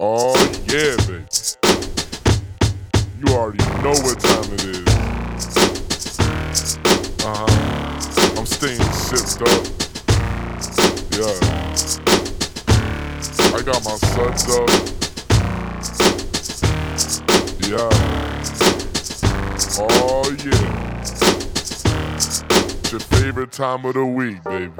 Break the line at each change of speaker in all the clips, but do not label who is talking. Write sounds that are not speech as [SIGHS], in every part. Oh, yeah, baby. You already know what time it is. Uh huh. I'm staying shipped up. Yeah. I got my suds up. Yeah. Oh, yeah. It's your favorite time of the week, baby.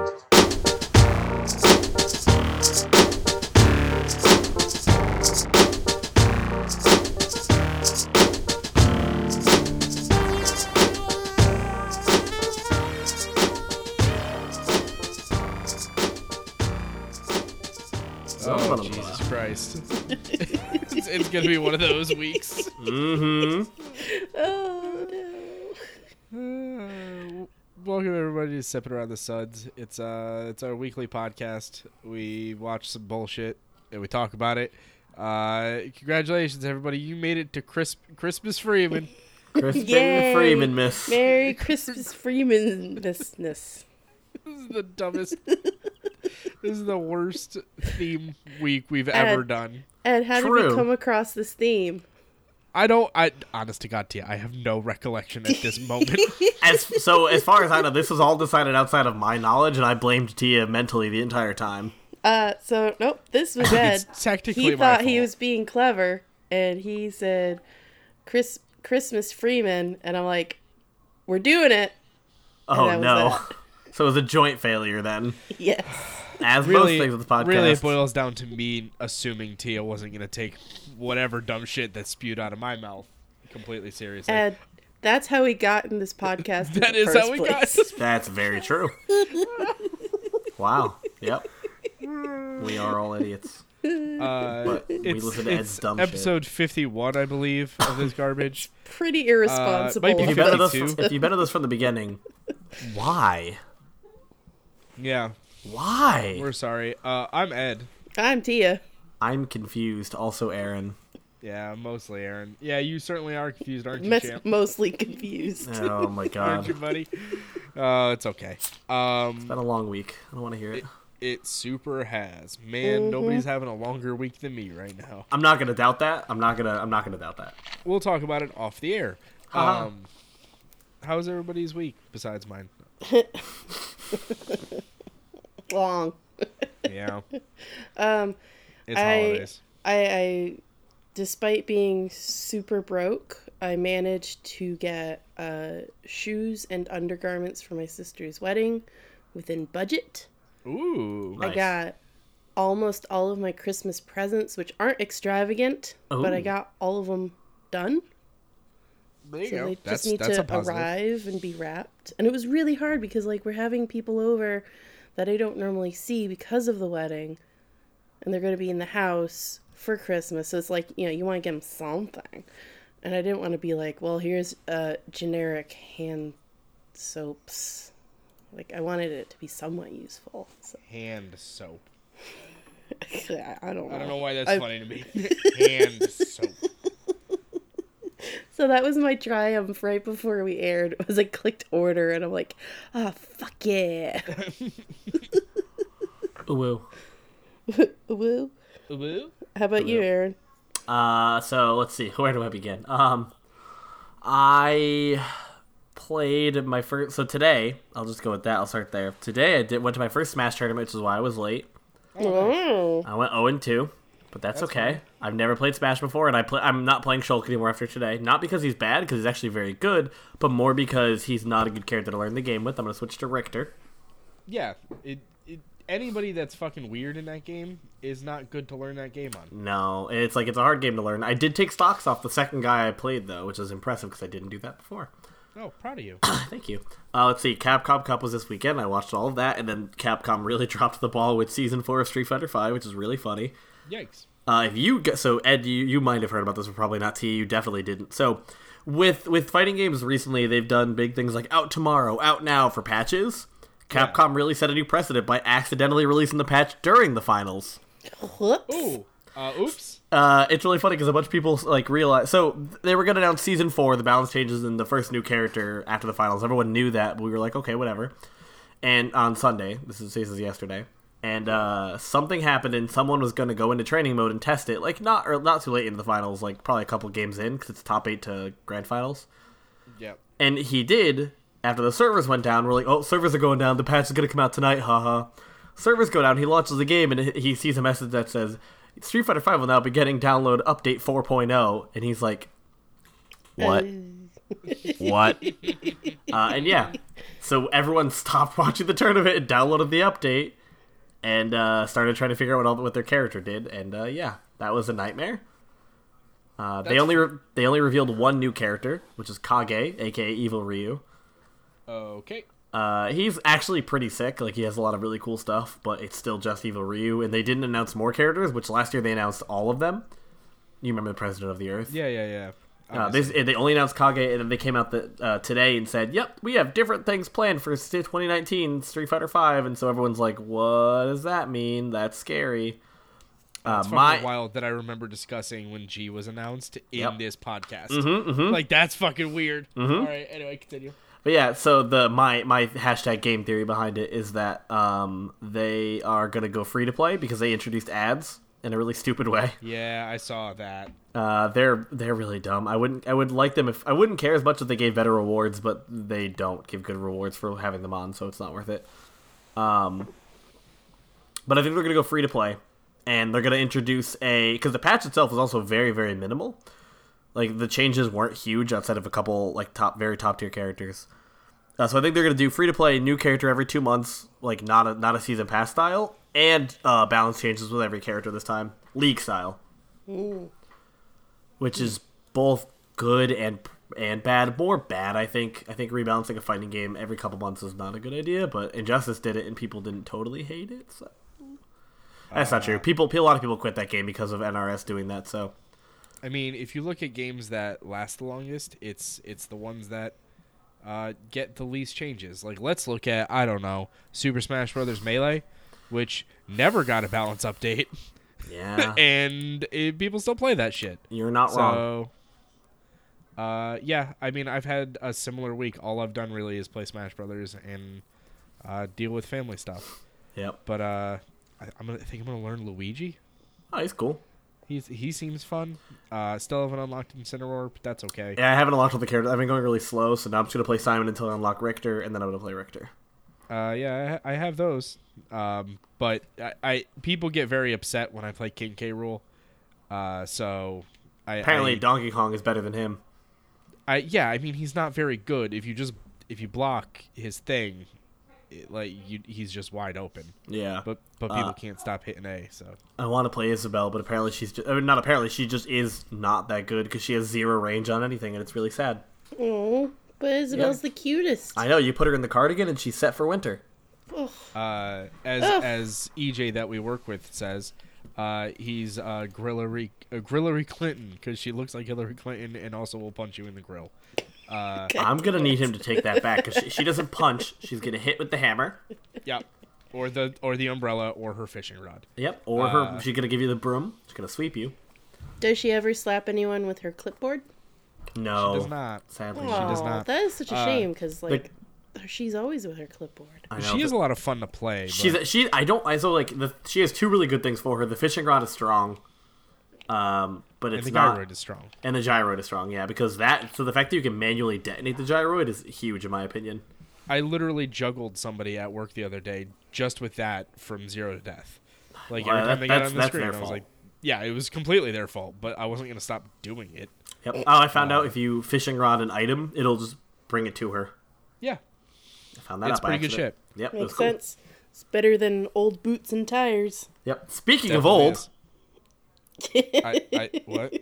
Oh,
blah, blah,
Jesus Christ. it's, it's going to be one of those weeks.
[LAUGHS] Oh no.
Uh, welcome everybody to Sipping Around the Suds. It's uh, it's our weekly podcast. We watch some bullshit and we talk about it. Uh, congratulations everybody! You made it to crisp Christmas Freeman.
[LAUGHS]
Crispin
Yay.
Freeman, miss.
[LAUGHS]
Merry Christmas Freemannessness.
this is the
[LAUGHS]
dumbest. this is the worst theme week we've ever
Uh,
done.
And how did
True.
we come across this theme?
I don't. I honest to God, Tia, I have no recollection at
[LAUGHS]
this moment.
As so, as far as I know, this was all decided outside of my knowledge, and I blamed Tia mentally the entire time.
Uh, so nope, this was Ed.
[LAUGHS] It's technically
he
my
thought he
fault.
was being clever, and he said, "Chris, Christmas Freeman," and I'm like, "We're doing it." [LAUGHS]
Oh
that was
no! [LAUGHS] So it was a joint failure then,
Yes.
as
really,
most things with the podcast.
really, it boils down to me assuming Tia wasn't going to take whatever dumb shit that spewed out of my mouth completely seriously.
And that's how we got in this podcast.
[LAUGHS]
in
that
the
is
first
how we got.
place.
That's very
[LAUGHS]
true. wow. Yep. We are all idiots.
Uh,
But we
it's
listen to Ed's
it's
dumb
episode 51, I believe, of
[LAUGHS]
this garbage.
Pretty
Uh,
irresponsible.
might
shit.
be
If you better this,
52.
if you better this from the beginning, why?
yeah,
Why?
we're sorry. Uh, I'm Ed.
I'm Tia.
I'm confused. Also, Aaron.
Yeah, mostly Aaron. Yeah, you certainly are confused, aren't you,
Mes-
champ?
mostly confused.
Oh my
Aren't
[LAUGHS]
you,
god.
buddy? Uh, it's okay. Um,
Been a long week. I don't want to hear it.
it super has. Man,
Mm-hmm.
nobody's having a longer week than me right now.
I'm not gonna doubt that. I'm not gonna. I'm not gonna doubt that.
we'll talk about it off the air.
Uh-huh.
Um, how's everybody's week besides mine?
Long.
Yeah,
[LAUGHS] Um,
it's
I-
holidays.
I, I, despite being super broke, I managed to get uh, shoes and undergarments for my sister's wedding within budget.
Ooh,
Nice.
I got almost all of my Christmas presents, which aren't extravagant, but I
Ooh.
got all of them done.
there you
So
go.
they
That's
just need
that's a
to
positive.
arrive and be wrapped. And it was really hard because like we're having people over that I don't normally see because of the wedding, and they're going to be in the house for Christmas. So it's like you know you want to get them something, and I didn't want to be like, well, here's uh, generic hand soaps. Like I wanted it to be somewhat useful. So [LAUGHS]
Hand soap.
I I don't know.
I don't know why that's
I-
funny to
[LAUGHS]
me. Hand soap.
So that was my triumph right before we aired. [LAUGHS] Was I clicked order and I'm like, ah, fuck yeah, [LAUGHS]
Woo.
woo.
Woo.
How about you, Aaron?
Uh, so let's see. [LAUGHS] Where do I begin? Um, I played my first. So today, I'll just go with that. I'll start there. Today, I did went to my first Smash tournament, which is why I was late.
Oh,
I went zero and two, but that's, okay. I've never played Smash before, and I play. I'm not playing Shulk anymore after today. Not because he's bad, because he's actually very good, but more because he's not a good character to learn the game with. I'm gonna switch to Richter.
Yeah. It, it. Anybody that's fucking weird in that game is not good to learn that game on.
No, it's like it's a hard game to learn. I did take stocks off the second guy I played though, which is impressive because I didn't do that before.
Oh, proud of
[COUGHS]
you.
Thank you. Uh, let's see, Capcom Cup was this weekend. I watched all of that, and then Capcom really [LAUGHS] dropped the ball with season four of Street Fighter Five, which is really funny.
Yikes.
Uh, if you get so Ed, you, you might have heard about this, but probably not. T, you definitely didn't. So, with with fighting games recently, they've done big things like out tomorrow, out now for patches. Capcom really set a new precedent by accidentally releasing the patch during the finals.
Oh. whoops.
Ooh. Uh, oops.
Uh, it's really funny because a bunch of people like realize. So they were gonna announce season four, the balance changes, and the first new character after the finals. Everyone knew that, but we were like, okay, whatever. And on Sunday, this is this is yesterday. and uh, something happened, and someone was going to go into training mode and test it, like not or not too late into the finals, like probably a couple games in, because it's top eight to grand finals.
Yep.
And he did. After the servers went down, we're like, "Oh, servers are going down. The patch is going to come out tonight." Haha. Servers go down. He launches the game, and he sees a message that says, "Street Fighter Five will now be getting download update 4.0," and he's like, "What? what?" Uh, and yeah, so everyone stopped [LAUGHS] watching the tournament and downloaded the update and uh, started trying to figure out what all what their character did. And uh, yeah, that was a nightmare. Uh, they
That's-
only re- they only revealed one new character, which is Kage, aka Evil Ryu.
Okay.
Uh, he's actually pretty sick. Like he has a lot of really cool stuff, but it's still just Evil Ryu. And they didn't announce more characters, which last year they announced all of them. You remember the President of the Earth?
Yeah, yeah, yeah.
Uh, they,
Obviously.
they only announced Kage, and then they came out the, uh, today and said, "Yep, we have different things planned for 2019 Street Fighter Five. And so everyone's like, "What does that mean? That's scary." Uh,
It's
my
fucking wild that I remember discussing when G was announced in
Yep. Mm-hmm,
this podcast. Like that's fucking weird. All right. Anyway, continue.
But yeah, so the my my hashtag game theory behind it is that um, they are gonna go free to play because they introduced ads in a really stupid way.
Yeah, I saw that.
Uh, they're they're really dumb. I wouldn't I would like them if I wouldn't care as much if they gave better rewards, but they don't give good rewards for having them on, so it's not worth it. Um, but I think they're gonna go free to play, and they're gonna introduce a because the patch itself was also very very minimal. Like the changes weren't huge outside of a couple like top very top tier characters. Uh, so I think they're gonna do free to play, new character every two months, like not a not a season pass style, and uh, balance changes with every character this time, league style which is both good and and bad. More bad, I think. I think rebalancing a fighting game every couple months is not a good idea. But Injustice did it, and people didn't totally hate it. So. That's not
Uh.
true. People, a lot of people quit that game because of NRS doing that. So
I mean, if you look at games that last the longest, it's it's the ones that uh, get the least changes. Like let's look at I don't know Super Smash Brothers Melee, which never got a balance
[LAUGHS]
update, [LAUGHS]
yeah,
and it, people still play that shit.
you're not wrong.
So, uh, yeah, I mean, I've had a similar week. All I've done really is play Smash Brothers and uh, deal with family stuff.
Yep.
But uh, I, I'm gonna I think I'm gonna learn Luigi.
Oh, he's cool.
He's he seems fun. Uh, still haven't unlocked Incineroar, but that's okay.
Yeah, I haven't unlocked all the characters. I've been going really slow, so now I'm just gonna play Simon until I unlock Richter, and then I'm gonna play Richter.
Uh, yeah, I, I have those. Um, but I, I people get very upset when I play King K. Rule. Uh, so I
Apparently,
I-
Donkey Kong is better than him.
I yeah, I mean he's not very good. If you just if you block his thing, it, like you, he's just wide open.
Yeah,
But but people
Uh,
can't stop hitting A. So
I want to play Isabel, but apparently she's just, I mean, not apparently she just is not that good because she has zero range on anything, and it's really sad.
Oh, but Isabel's the cutest.
I know you put her in the cardigan, and she's set for winter.
uh, as
Ugh.
as EJ that we work with says, uh, he's uh, Grillery uh, Grillery Clinton because she looks like Hillary Clinton and also will punch you in the grill.
I'm gonna need him to take that back because she, she doesn't punch. She's gonna hit with the hammer.
Yep. Or the or the umbrella or her fishing rod.
Yep. Or
Uh.
her, she's gonna give you the broom. She's gonna sweep you.
Does she ever slap anyone with her clipboard?
No,
Does not.
Sadly, she
Aw,
does. Uh,
does not.
That is such a shame because like,
like- Uh,
she's always with her clipboard.
I know,
She is a
but-
lot of fun to play.
She's
but-
she. I don't. I so like the, she has two really good things for her. The fishing rod is strong, um, but
and
it's
the
not.
gyroid is strong.
And the gyroid is strong, yeah, because that. So the fact that you can manually detonate the gyroid is huge, in my opinion.
I literally juggled somebody at work the other day just with that from zero to death. Like
Wow,
every time
that-
they got
that's-
on the
that's
screen, I was
their fault.
like, "Yeah, it was completely their fault," but I wasn't gonna stop doing it.
Yep. Oh, I found
uh,
out if you fishing rod an item, it'll just bring it to her.
Yeah,
I found that
It's
out by
pretty good
accident. Yep. it was
Makes
cool.
sense. It's better than old boots and tires.
Yep. Speaking of
definitely
old,
is. I, I what?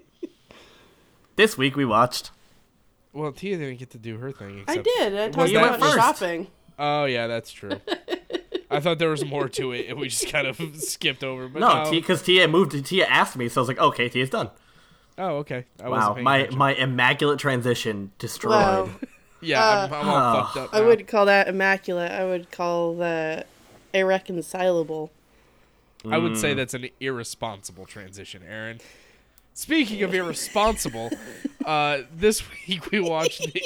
this week we watched.
Well, Tia didn't get to do her thing.
I
except-
did. I
was
talked
you went
about
first.
shopping.
Oh yeah, that's
[LAUGHS]
true. I thought there was more to it, and we just kind of [LAUGHS] skipped over. But
No, because Tia moved. Tia asked me, so I was like, "Okay, Tia's done."
oh, okay. I wasn't
Wow,
paying
my
attention.
my immaculate transition destroyed.
Wow.
yeah, I'm, I'm all
Oh.
fucked up.
I
now.
would call that immaculate. I would call that irreconcilable.
I would say that's an irresponsible transition, Aaron. Speaking of [LAUGHS] irresponsible, uh, this week we watched the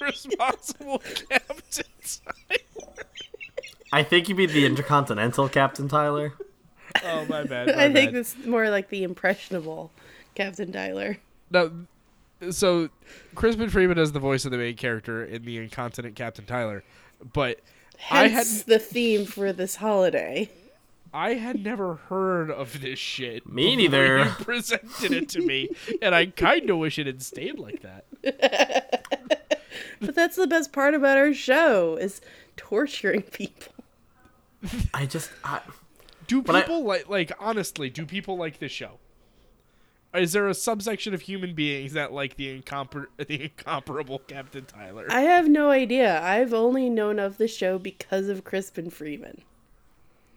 irresponsible Captain Tyler.
[LAUGHS] I think you mean the Intercontinental
[LAUGHS]
Captain Tyler.
[LAUGHS] Oh my bad.
I think that's more like the impressionable Captain Tyler.
No, so Crispin Freeman is the voice of the main character in the incontinent Captain Tyler, but I had
Hence the theme for this holiday.
I had never heard of this shit. before
Me neither.
You presented it to me, and I kind of wish it had stayed like that.
But that's the best part about our show is torturing people. [LAUGHS]
I just I,
Do
I-
people like like honestly? Do people like this show? Is there a subsection of human beings that like the incompar- [LAUGHS] the incomparable Captain Tyler?
I have no idea. I've only known of the show because of Crispin Freeman.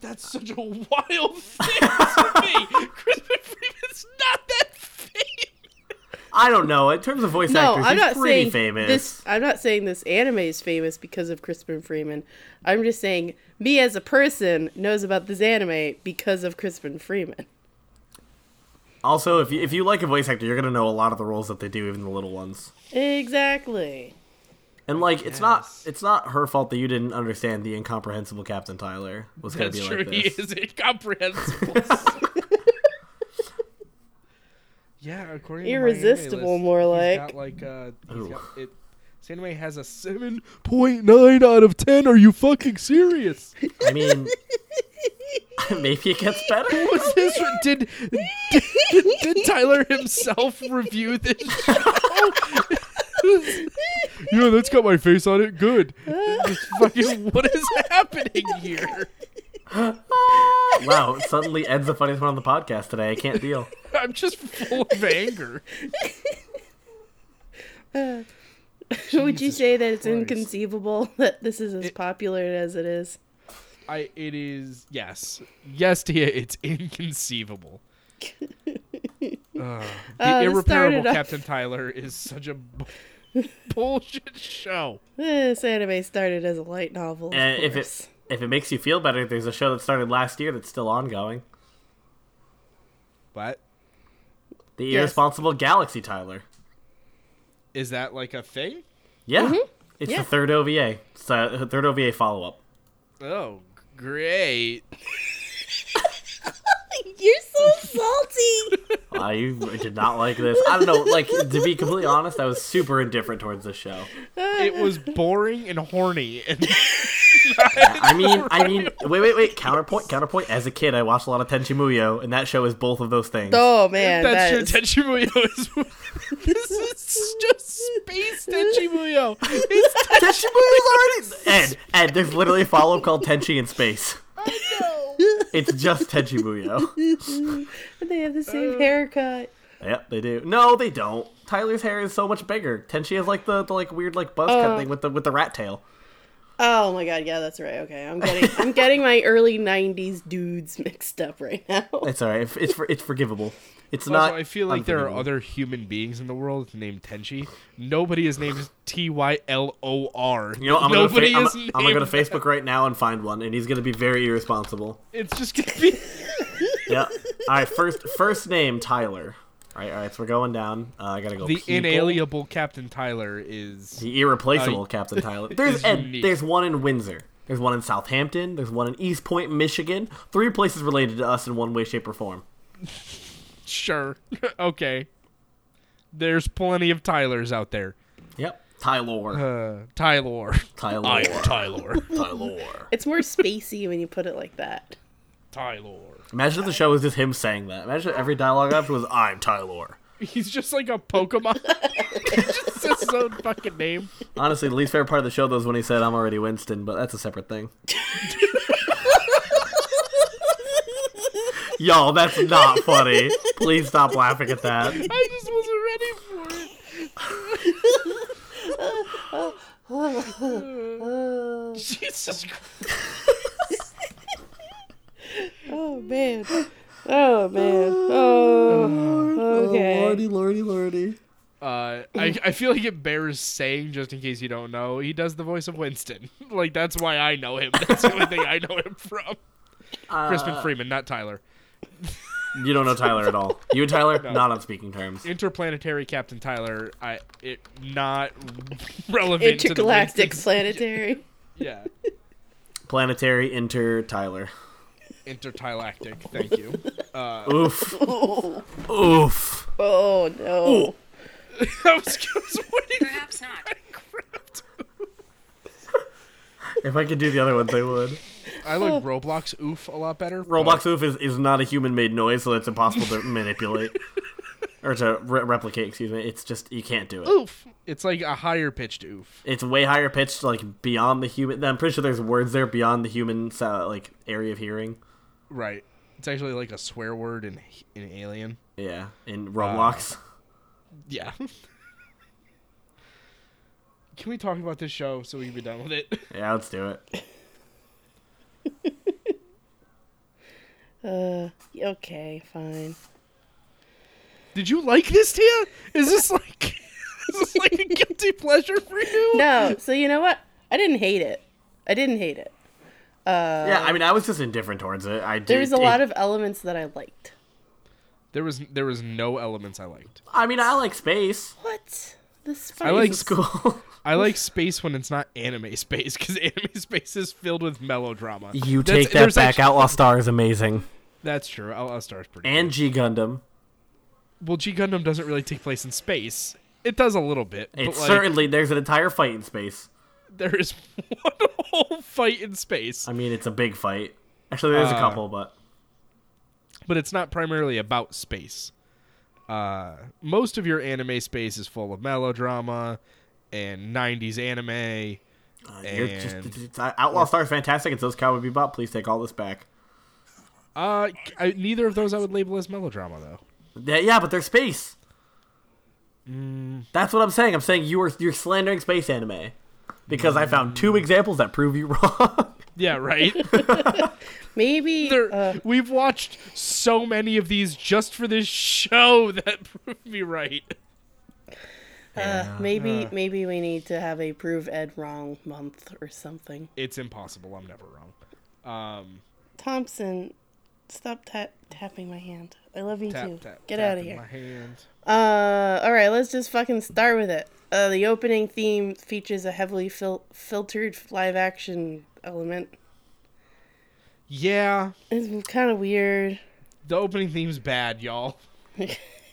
That's such a wild [LAUGHS] thing to me. Crispin Freeman's not that famous.
I don't know. In terms of voice
No,
actors,
I'm
he's
not
pretty
saying
famous.
this. I'm not saying this anime is famous because of Crispin Freeman. I'm just saying me as a person knows about this anime because of Crispin Freeman.
Also, if you, if you like a voice actor, you're gonna know a lot of the roles that they do, even the little ones.
Exactly. [LAUGHS]
And like, it's not
Yes.
it's not her fault that you didn't understand the incomprehensible Captain Tyler was gonna
That's
be
true.
like
he
this.
is
[LAUGHS]
incomprehensible. yeah, according to my anime
Irresistible,
list,
more
he's
like.
got like uh, he's
Ooh.
got, it, this anime has a seven point nine out of ten. Are you fucking serious?
I mean,
[LAUGHS]
maybe it gets better.
Was this did, did did Tyler himself review this show? yeah, that's got my face on it. Good. Just fucking, what is happening here?
Wow! Suddenly, Ed's the funniest one on the podcast today. I
[LAUGHS]
can't deal.
I'm just full of anger.
Would you say that it's
Christ.
inconceivable [LAUGHS] that this is as popular as it is?
I it is yes. Yes, Tia, it's [LAUGHS] inconceivable. Uh, Ugh. the
Uh, this
irreparable
started off-
Captain Tyler is such a bu- bullshit show.
This anime started as a light novel. Of
And Uh, if
course. [LAUGHS]
it if it makes you feel better, there's a show that started last year that's still ongoing.
But
The
Yes.
Irresponsible Galaxy Tyler.
is that like a thing?
Yeah,
Mm-hmm.
it's
Yeah.
the third OVA. It's the third OVA follow up.
Oh, great.
You're
[LAUGHS]
so salty.
I did not like this. I don't know. Like to be completely honest, I was super indifferent towards this show.
It was boring and horny [LAUGHS] and
I mean, I mean, wait, wait, wait. Counterpoint, counterpoint. As a kid, I watched a lot of Tenchi Muyo, and that show is both of those things.
oh man,
That's
that
your
is-
Tenchi Muyo. Is, [LAUGHS] this is just space Tenchi Muyo. It's
Tenchi Muyo's already. Ed, Ed, there's literally a follow up called Tenchi in Space. It's just Tenchi Muyo.
[LAUGHS] they have the
Uh.
same haircut.
Yep, they do. No, they don't. Tyler's hair is so much bigger. Tenchi has like the, the like weird like buzz cut thing with the with the rat tail.
Oh my god, yeah, that's right. Okay, I'm getting I'm getting my early '90s dudes mixed up right now. [LAUGHS]
It's alright. It's it's, for, it's forgivable. It's [LAUGHS] not.
Also, I feel like there are
unforgivable.
other human beings in the world named Tenchi. Nobody is named T Y L O R.
You know, I'm gonna, fa-
Nobody
I'm,
is
I'm
named.
gonna Facebook right now and find one, and he's gonna be very irresponsible.
It's just gonna
[LAUGHS]
be.
Yeah. All right. First, first name Tyler. All right. All right. So we're going down. Uh, I gotta go.
The
people.
inalienable Captain Tyler is.
the irreplaceable
[LAUGHS]
Captain Tyler. There's
is
and
unique.
there's one in Windsor. There's one in Southampton. There's one in East Point, Michigan. Three places related to us in one way, shape, or form.
Sure. [LAUGHS] okay. There's plenty of Tylers out there.
Yep. Tyler.
Uh, Tyler.
Tyler.
I am [LAUGHS] Tyler.
Tyler.
It's more spacey when you put it like that.
Tyler.
Imagine if the show was just him saying that. Imagine if every dialogue after was I'm Tyler.
He's just like a Pokemon. just his own fucking name.
Honestly, the least favorite part of the show though is when he said I'm already Winston, but that's a separate [LAUGHS] thing. Y'all, that's not funny. Please stop laughing at that.
I just wasn't ready for it. Jesus Christ.
Oh man. Oh man. Oh. Okay.
lordy, lordy.
Uh, I, I feel like it bears saying, just in case you don't know, he does the voice of Winston. [LAUGHS] Like, that's why I know him. That's the only thing I know him from. Crispin Freeman, not Tyler.
Uh, You don't know Tyler at all. You and Tyler, not on speaking terms.
Interplanetary Captain Tyler, I it not [LAUGHS] relevant to the
Intergalactic
Winston-
planetary.
Yeah.
Planetary Inter Tyler.
Intertilactic. Thank you.
[LAUGHS] Oof. Oof.
Oh no.
I was, I was waiting.
Perhaps not.
If I could do the other ones, I would.
I like Roblox oof a lot better.
Roblox oof is, is not a human made noise, so it's impossible to manipulate or to re- replicate. Excuse me. It's just you can't do it.
oof. It's like a higher pitched oof.
It's way higher pitched, like beyond the human. I'm pretty sure there's words there beyond the human uh, like area of hearing.
Right. It's actually like a swear word in in Alien.
Yeah, in Roblox.
Yeah. [LAUGHS] Can we talk about this show so we can be done with it?
yeah, let's do it.
Okay, fine.
[LAUGHS] Did you like this, Tia? Is this like [LAUGHS] is this [LAUGHS] like a guilty pleasure for you?
No, so you know what? I didn't hate it. I didn't hate it.
yeah, I mean, I was just indifferent towards it. I
There
did-
was Uh, a
it-
lot of elements that I liked.
There was there was no elements I liked.
I mean, I like space. [LAUGHS]
What? The spice.
I like
It's cool.
I like space when it's not anime space because [LAUGHS] anime space is filled with melodrama.
You
That's-
take that
there's
back.
actually-
Outlaw Star is amazing.
That's true. I'll, I'll start pretty.
And G Gundam.
well, G Gundam doesn't really take place in space. It does a little bit.
It's
but like,
certainly there's an entire fight in space.
[LAUGHS] there is one [LAUGHS] whole fight in space,
I mean, it's a big fight. Actually, there's
Uh,
a couple, but
but it's not primarily about space. Uh, most of your anime space is full of melodrama and '90s anime.
uh, you're just,
and-
it's, it's- uh, Outlaw Star is fantastic. It's those Cowboy Bebop. Please take all this back.
Uh, I, neither of those I would label as melodrama, though.
Yeah, yeah, but they're space. That's what I'm saying. I'm saying you are you're slandering space anime because I found two examples that prove you [LAUGHS] wrong.
Yeah,
[LAUGHS]
right.
Maybe
There-
uh,
we've watched so many of these just for this show [LAUGHS] that proved me right.
uh, maybe maybe we need to have a prove Ed wrong month or something.
It's impossible. I'm never wrong.
Thompson, stop tap- tapping my hand. I love you
Tap,
too.
tap,
Get
tap
out of
in
here.
My hand.
Uh, all right, let's just fucking start with it. Uh, the opening theme features a heavily fil- filtered live action element.
Yeah,
It's kind of weird.
the opening theme's bad, y'all.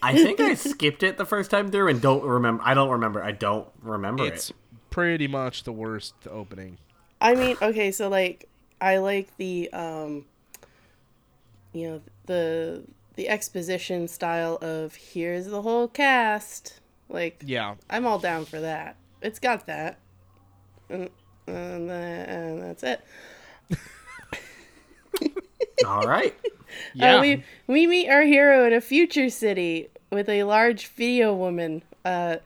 I think I skipped it the first time through and don't remember. I don't remember. I don't remember
It's
it.
pretty much the worst opening.
I mean, okay, so like I like the um you know, the the exposition style of here's the whole cast. Like
Yeah,
I'm all down for that. It's got that. And, and, tha- and that's it.
[LAUGHS]
Uh,
All right. [LAUGHS]
yeah.
Uh, we we meet our hero in a future city with a large video woman. Uh,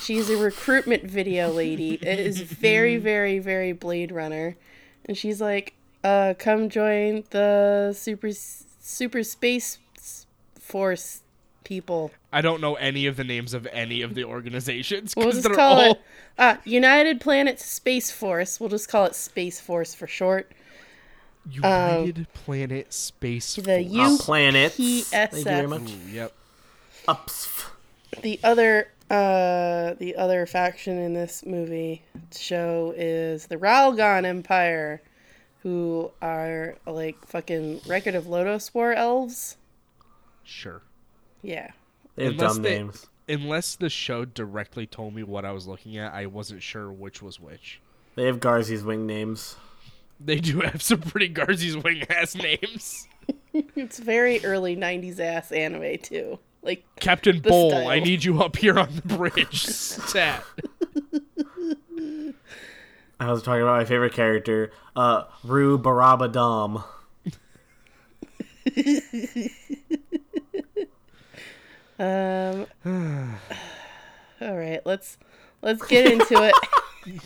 she's a recruitment video lady. It
[LAUGHS]
is very very very Blade Runner, and she's like, uh, "Come join the super super space s- force people."
I don't know any of the names of any of the organizations
We'll
because
just
they're
call it
all
uh, United Planets Space Force. We'll just call it Space Force for short.
United Planet Space.
um, The
Force.
U
planets.
P
Thank
S
you
F.
very much.
Yep.
Ups.
the other uh the other faction in this movie show is the Ralgon Empire, who are like fucking record of Lotus War elves.
Sure.
Yeah.
They have
Unless
dumb
they-
names.
Unless the show directly told me what I was looking at, I wasn't sure which was which.
They have Garzi's wing names.
They do have some pretty Garzy's wing ass [LAUGHS] names.
It's very early nineties ass anime too. Like
Captain Bowl, I
style.
need you up here on the bridge. [LAUGHS] Stat.
I was talking about my favorite character, uh, Rue Barabadom.
um All right, let's let's get into it.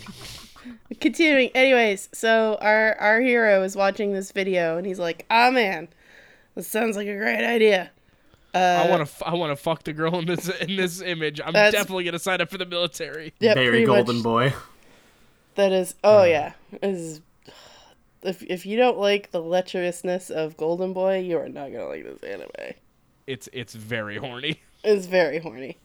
[LAUGHS] Continuing, anyways, so our our hero is watching this video and he's like, "Ah man, this sounds like a great idea."
I want to. F- I want to fuck the girl in this in this image. I'm
Uh, That's-
definitely gonna sign up for the military.
Yeah,
Barry
pretty much
Golden Boy.
That is, oh yeah, is if if you don't like the lecherousness of Golden Boy, you are not gonna like this anime.
It's it's very horny.
It's very horny.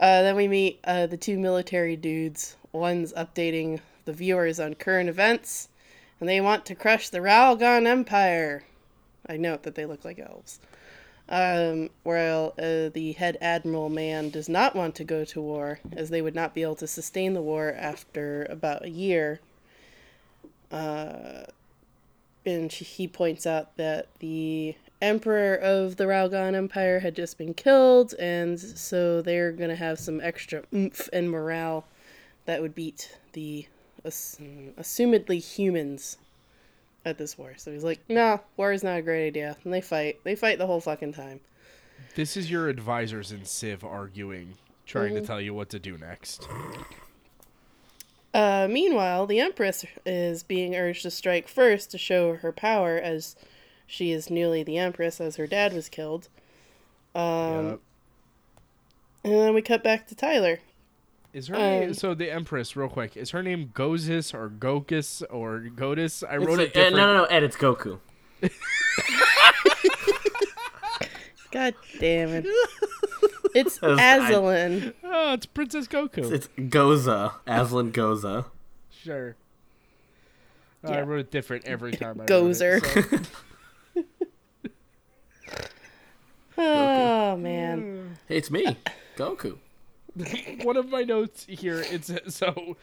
Uh, then we meet uh, the two military dudes. One's updating the viewers on current events, and they want to crush the Ralgon Empire. I note that they look like elves. Um, while uh, the head admiral man does not want to go to war, as they would not be able to sustain the war after about a year. Uh, and she, he points out that the emperor of the Ralgon Empire had just been killed, and so they're going to have some extra oomph and morale that would beat the ass- assumedly humans at this war. So he's like, no, war is not a great idea. And they fight. They fight the whole fucking time.
This is your advisors in Civ arguing, trying
Mm.
to tell you what to do next.
Uh, meanwhile, the Empress is being urged to strike first to show her power as she is newly the Empress as her dad was killed. Um,
Yep.
And then we cut back to Tyler.
Is her
uh,
name, so the Empress? Real quick, is her name Gozis or Gokus or Godis? I
It's
wrote it
like- eh,
different.
no, no, no, Ed, it's Goku.
God damn it. It's
was- I-
Azalin.
Oh, it's Princess Goku.
It's Goza, Aslan Goza.
sure. Oh, I
Yeah.
wrote it different every time. I wrote it,
Gozer.
so-
[LAUGHS] Oh, man.
Hey, it's me, Goku.
one of my notes here it's so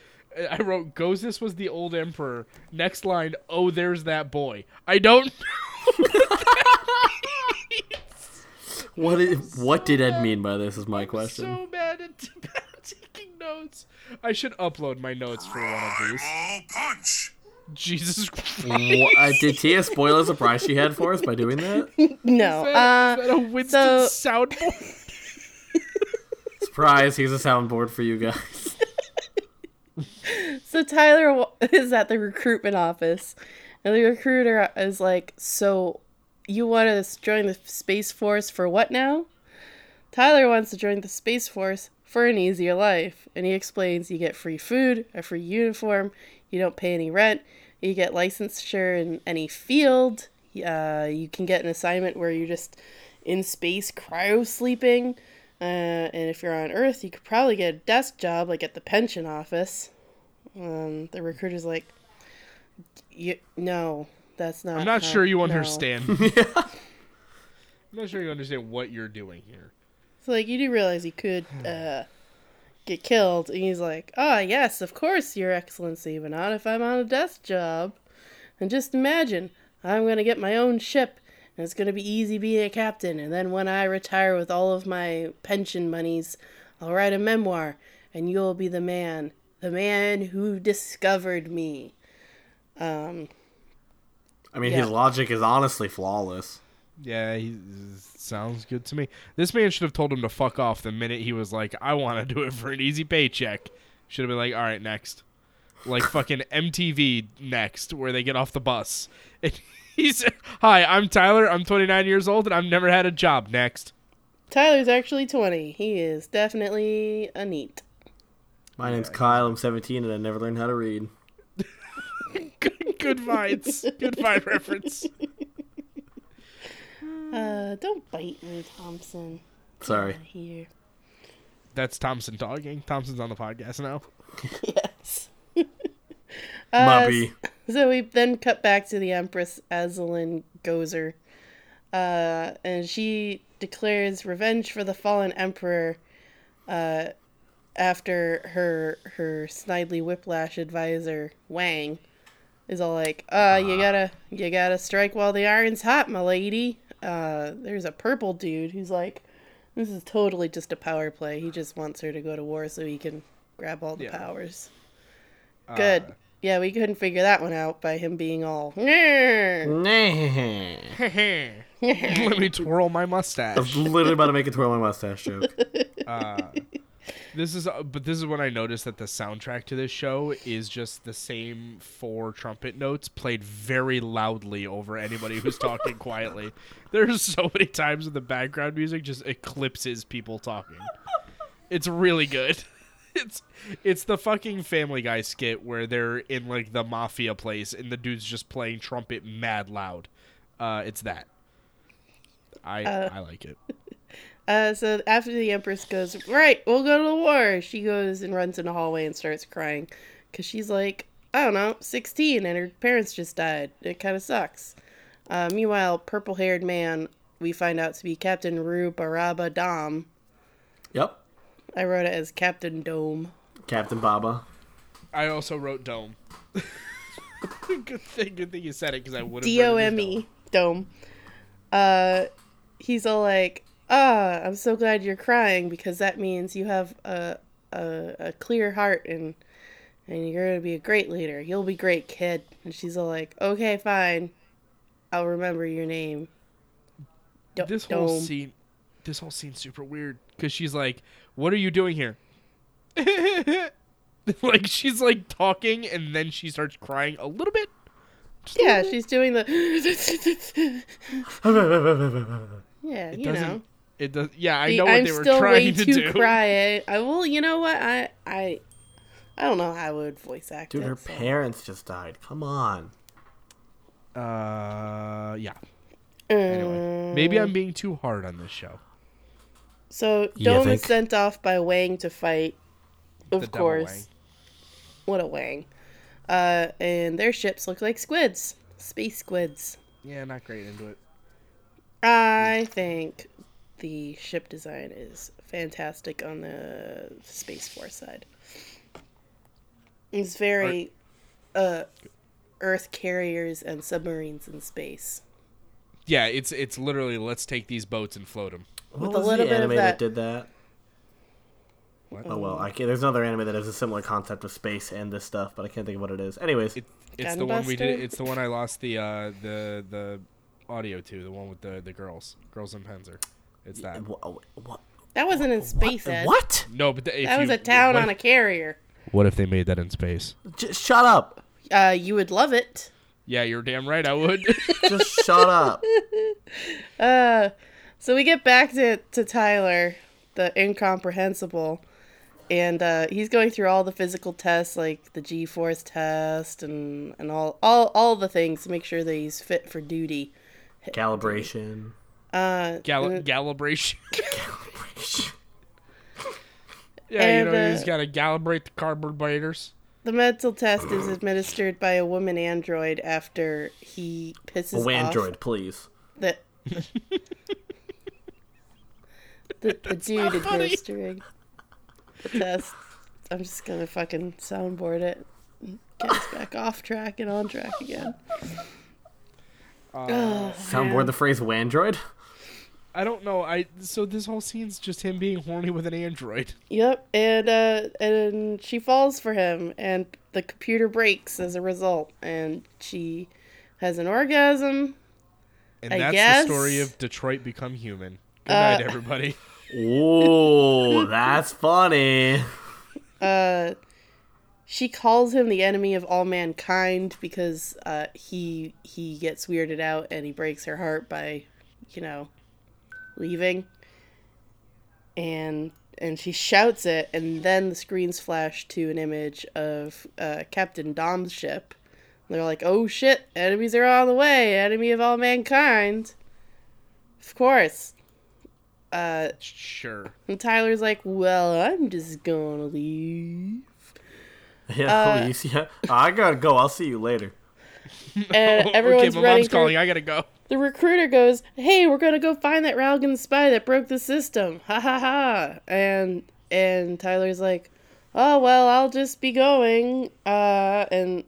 i wrote gozus was the old emperor next line oh there's that boy i don't [LAUGHS]
What is, what did Ed mean by this? Is my question.
so bad at [LAUGHS] taking notes i should upload my notes for one of these
All punch.
jesus christ
Wha- uh, did Tia spoil a surprise she had for us by doing that?
No.
is
Uh,
that, is that a winston
so-
soundboard
Surprise! Here's a soundboard for you guys. [LAUGHS]
uh, So Tyler wa- [LAUGHS] is at the recruitment office, and the recruiter is like, "So you want to join the space force for what now?" Tyler wants to join the space force for an easier life, and he explains you get free food, a free uniform, you don't pay any rent, you get licensure in any field, uh, you can get an assignment where you're just in space cryo sleeping. Uh, and if you're on Earth, you could probably get a desk job like at the pension office. Um, the recruiter's like, "You no, that's not."
i'm not
how-
sure you
Uh-huh. no."
understand i'm not sure you understand what you're doing here
So like, you do realize he could uh, get killed, and he's like, "Ah, yes, of course, Your Excellency, but not if I'm on a desk job." And just imagine, I'm gonna get my own ship, and it's gonna be easy being a captain. And then when I retire with all of my pension monies, I'll write a memoir, and you'll be the man, the man who discovered me.
I mean, his
Yeah.
logic is honestly flawless.
yeah he sounds good to me this man should have told him to fuck off the minute he was like i want to do it for an easy paycheck should have been like all right next like fucking [LAUGHS] mtv next where they get off the bus [LAUGHS] and he said hi i'm tyler i'm 29 years old and i've never had a job next [LAUGHS]
Tyler's actually 20. He is definitely a neat.
My name's Kyle. I'm 17, and I never learned how to read.
good, good vibes good vibe reference
Uh, don't bite me, Thompson.
Sorry.
Here.
that's thompson talking thompson's on the podcast now [LAUGHS]
Yes.
Mubby.
So we then cut back to the Empress Azalin Gozer, uh, and she declares revenge for the fallen emperor. Uh, after her her snidely whiplash advisor Wang is all like, "Uh, you gotta you gotta strike while the iron's hot, my lady." Uh, there's a purple dude who's like, "This is totally just a power play. He just wants her to go to war so he can grab all the
Yeah.
powers." Good. yeah, we couldn't figure that one out by him being all. "Nyeh."
Nah. I
let me twirl my mustache
was literally about to make a twirl my mustache joke.
This is, uh, but this is when I noticed that the soundtrack to this show is just the same four trumpet notes played very loudly over anybody who's talking quietly. There's so many times in the background music just eclipses people talking. It's really good. [LAUGHS] It's it's the fucking Family Guy skit where they're in like the mafia place and the dude's just playing trumpet mad loud. Uh, it's that. I I like it.
Uh, so after the Empress goes, right, we'll go to the war. She goes and runs in the hallway and starts crying because she's like, I don't know, 16 and her parents just died. It kind of sucks. Uh, meanwhile, purple haired man, we find out to be Captain Rue Baraba Dom.
Yep.
I wrote it as Captain Dome.
Captain Baba.
I also wrote dome. [LAUGHS] good thing, good thing you said it because I would have.
D O M E Dome. Uh, he's all like, "Ah, I'm so glad you're crying because that means you have a a, a clear heart and and you're gonna be a great leader. You'll be great, kid." And she's all like, "Okay, fine. I'll remember your name." Do-
This whole
Dome.
scene, this whole scene's super weird because she's like, "What are you doing here?" [LAUGHS] like she's like talking and then she starts crying a little bit.
Yeah, she's doing the. [LAUGHS] yeah, you
doesn't-
know.
It does. Yeah, I
The
know what
I'm
they were
still way
trying to
too
do.
crying. I will. You know what? I I I don't know how I would voice act.
Dude,
it,
her
so.
parents just died. Come on.
Uh, yeah. Anyway, maybe I'm being too hard on this show.
So
You
Dome is
think?
sent off by Wang to fight. Of
The double
course.
Wang.
What a Wang. Uh, and their ships look like squids. Space squids.
Yeah, not great into it.
I think the ship design is fantastic on the Space Force side. It's very uh, Earth carriers and submarines in space.
Yeah, it's it's literally let's take these boats and float them.
What
a
was
little
the
bit of
anime
that-
that did that?
What?
Oh well, I can't, there's another anime that has a similar concept of space and this stuff, but I can't think of what it is. Anyways,
It, it's the one we
Gunbuster?
did. It's the one I lost the uh, the the audio to. The one with the the girls, girls and Panzer. It's that.
what? what
That wasn't in space, Ed.
what?
No, but the, if
That was
you-
a town
what
on a
if,
carrier.
What if they made that in space?
Just shut up.
Uh, you would love it.
Yeah, you're damn right. I would.
[LAUGHS]
Just shut up.
Uh, so we get back to, to Tyler, the incomprehensible, and uh, he's going through all the physical tests, like the G force test and, and all, all all the things to make sure that he's fit for duty.
Calibration.
Uh,
Gal-
and- [LAUGHS]
calibration. Yeah,
And,
you know
uh,
you just gotta calibrate the carburetors.
the mental test is administered by a woman android after he pisses
Oh,
off
Android, please.
the the, the dude administering the test. I'm just gonna fucking soundboard it. Get us back off track and on track again.
Soundboard the phrase Wandroid.
I don't know. I so this whole scene's just him being horny with an android.
Yep, and uh, and she falls for him, and the computer breaks as a result, and she has an orgasm.
And
I
that's
guess. Uh,
the story of Detroit Become Human. Good night,
[LAUGHS]
everybody.
Ooh, that's funny.
Uh, she calls him the enemy of all mankind because uh, he he gets weirded out and he breaks her heart by, you know, leaving. And and she shouts it, and then the screens flash to an image of uh, Captain Dom's ship. And they're like, "Oh shit! Enemies are on the way! Enemy of all mankind!" Of course. Uh,
Sure.
and Tyler's like, "Well, I'm just gonna leave."
Yeah,
Uh,
oh, you see, I gotta go. I'll see you later.
and
Oh, [LAUGHS]
everyone's
okay, my
running
mom's
through.
calling. I gotta go.
The recruiter goes, "Hey, we're gonna go find that Ralgan spy that broke the system." Ha ha ha! And and Tyler's like, "Oh well, I'll just be going." Uh, and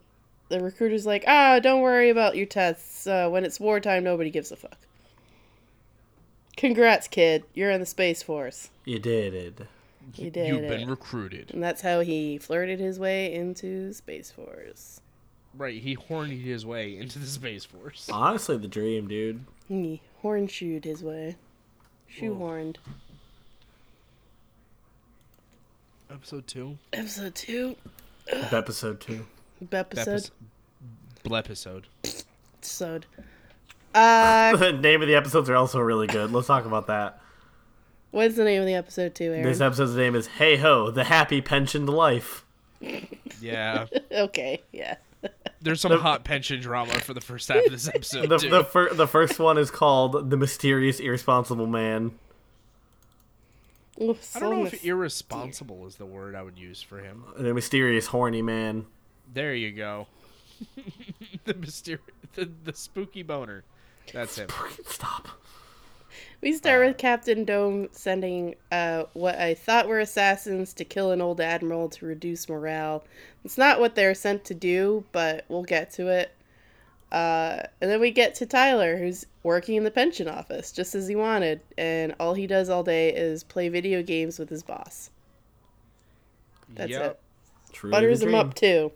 the recruiter's like, "Ah, don't worry about your tests. Uh, when it's wartime, nobody gives a fuck." Congrats, kid! You're in the space force.
You did it.
You did
You've
it.
been recruited.
and that's how he flirted his way into space force.
Right, he hornied his way into the Space
[LAUGHS]
Force.
Honestly, the dream, dude.
He hornshoed his way. Shoehorned.
Episode 2?
Episode two.
Episode two. [LAUGHS]
Episode.
Blepisode.
episode.
[LAUGHS]
Uh,
the name of the episodes are also really good. Let's talk about that.
what's the name of the episode too, Aaron?
This episode's name is Hey Ho, the Happy Pensioned Life.
Yeah.
[LAUGHS] okay, yeah.
There's some hot pension drama for the first half of this episode,
The,
too.
the, fir- the first one is called The Mysterious Irresponsible Man.
Oof,
I don't
so
know
mis-
if irresponsible is the word I would use for him.
The Mysterious Horny Man.
There you go. [LAUGHS] the mysterious, the, the spooky boner. That's him.
Stop.
We start with Captain Dome sending uh, what I thought were assassins to kill an old admiral to reduce morale. It's not what they're sent to do, but we'll get to it. Uh, and then we get to Tyler, who's working in the pension office, just as he wanted, and all he does all day is play video games with his boss. That's
Yep.
True.
it. Butters him up too.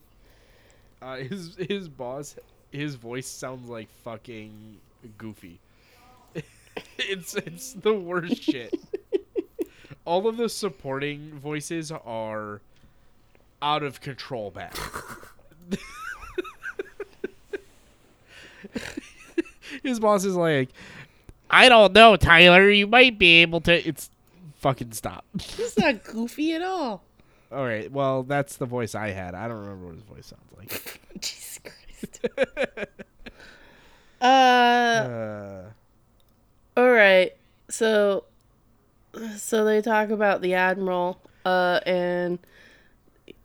Uh, [LAUGHS] his his boss, his voice sounds like fucking goofy. [LAUGHS] it's it's the worst shit. All of the supporting voices are out of control bad. [LAUGHS] his boss is like, I don't know, Tyler. You might be able to. It's fucking stop. [LAUGHS]
He's not goofy at all.
All right. Well, that's the voice I had. I don't remember what his voice sounds like.
[LAUGHS] Jesus Christ. uh,
Uh,
All right. So so they talk about the admiral uh and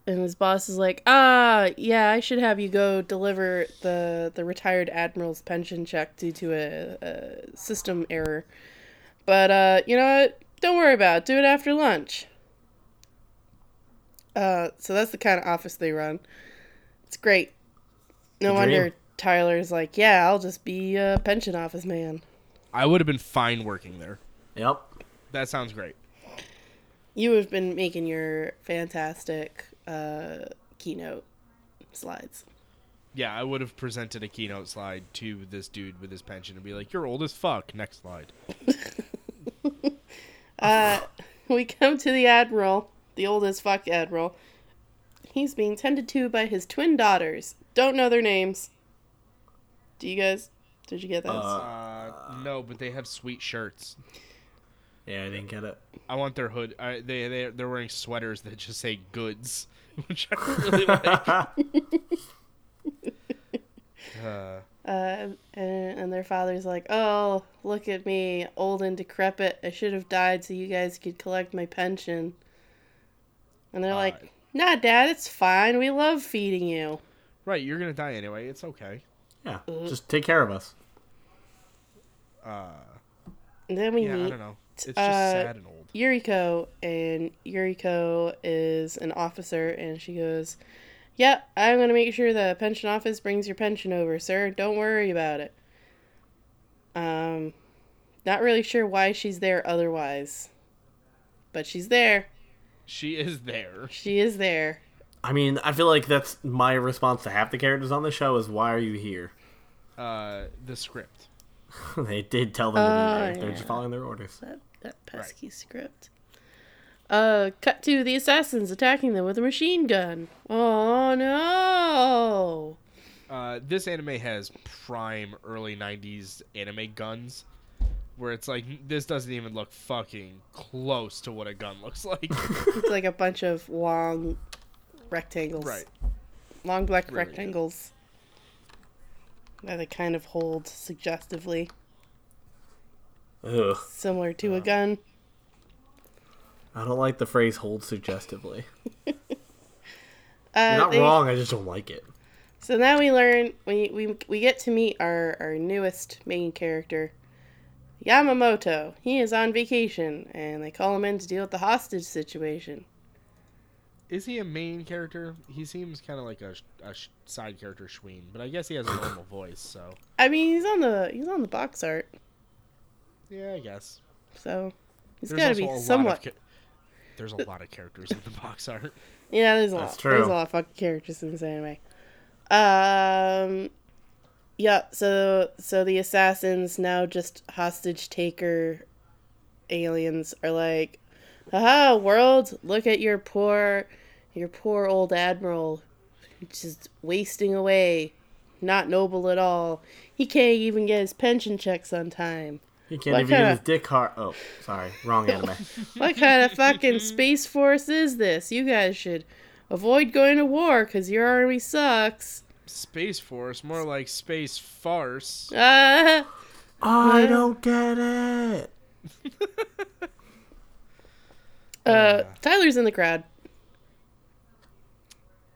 and his boss is like, "Ah, yeah, I should have you go deliver the the retired admiral's pension check due to a, a system error." But uh, you know what? Don't worry about it. Do it after lunch. Uh, so that's the kind of office they run. It's great. No
The
wonder
dream.
Tyler's like, "Yeah, I'll just be a pension office man."
I would have been fine working there.
Yep.
That sounds great.
You have been making your fantastic uh, keynote slides. [LAUGHS]
Yeah, I would have presented a keynote slide to this dude with his pension and be like, "You're old as fuck." Next slide.
We come to the Admiral, the old as fuck Admiral. He's being tended to by his twin daughters. Don't know their names. Do you guys? Did you get that?
Uh, no, but they have sweet shirts.
Yeah, I didn't get it.
I want their hood. I, they they they're wearing sweaters that just say "goods," [LAUGHS] which I really like. Uh,
Uh, and, and their father's like, "Oh, look at me, old and decrepit. I should have died so you guys could collect my pension." And they're like,
Alright.
"Nah, Dad, it's fine. We love feeding you."
right, you're gonna die anyway. It's okay.
yeah.
Mm-hmm.
Just take care of us.
And then we
Yeah, I
meet
don't know. It's just
uh,
sad and old.
Yuriko, and Yuriko is an officer, and she goes, "Yep, I'm gonna make sure the pension office brings your pension over, sir. Don't worry about it." Um, not really sure why she's there otherwise, but she's there.
She is there.
She is there.
I mean, I feel like that's my response to half the characters on the show is why are you here? [LAUGHS]
Uh, the script.
they did tell them
Oh,
to be there. They're
yeah.
just following their orders.
That that pesky script. Uh, cut to the assassins attacking them with a machine gun. Oh no!
uh, this anime has prime early 90s anime guns where it's like this doesn't even look fucking close to what a gun looks
[LAUGHS]
like
It's like a bunch of long rectangles.
right
long black
Really good.
rectangles that they kind of hold suggestively,
Ugh.
similar to
Uh-huh.
a gun.
I don't like the phrase hold suggestively.
Uh,
You're not
they-
wrong, I just don't like it.
So now we learn we, we we get to meet our our newest main character, Yamamoto. He is on vacation, and they call him in to deal with the hostage situation.
is he a main character he seems kind of like a, sh- a sh- side character schween but i guess he has a normal voice so
I mean, he's on the he's on the box art,
yeah i guess
so he's
There's
got to
also a
be
lot of
somewhat.
cha- there's a lot of characters in the
[LAUGHS]
box art
Yeah, there's a
That's
lot. There's a
true.
lot of fucking characters in this anime. Um, yeah. So so the assassins now just hostage taker aliens are like, haha, world, look at your poor, your poor old admiral, just wasting away, not noble at all. He can't even get his pension checks on time.
He can't
Like,
even get
uh,
his dick hard. Oh, sorry,
[LAUGHS]
wrong anime.
What kind of fucking space force is this? You guys should avoid going to war because your army sucks. [LAUGHS]
space force more like space farce
Uh,
I don't get it.
uh, Tyler's in the crowd.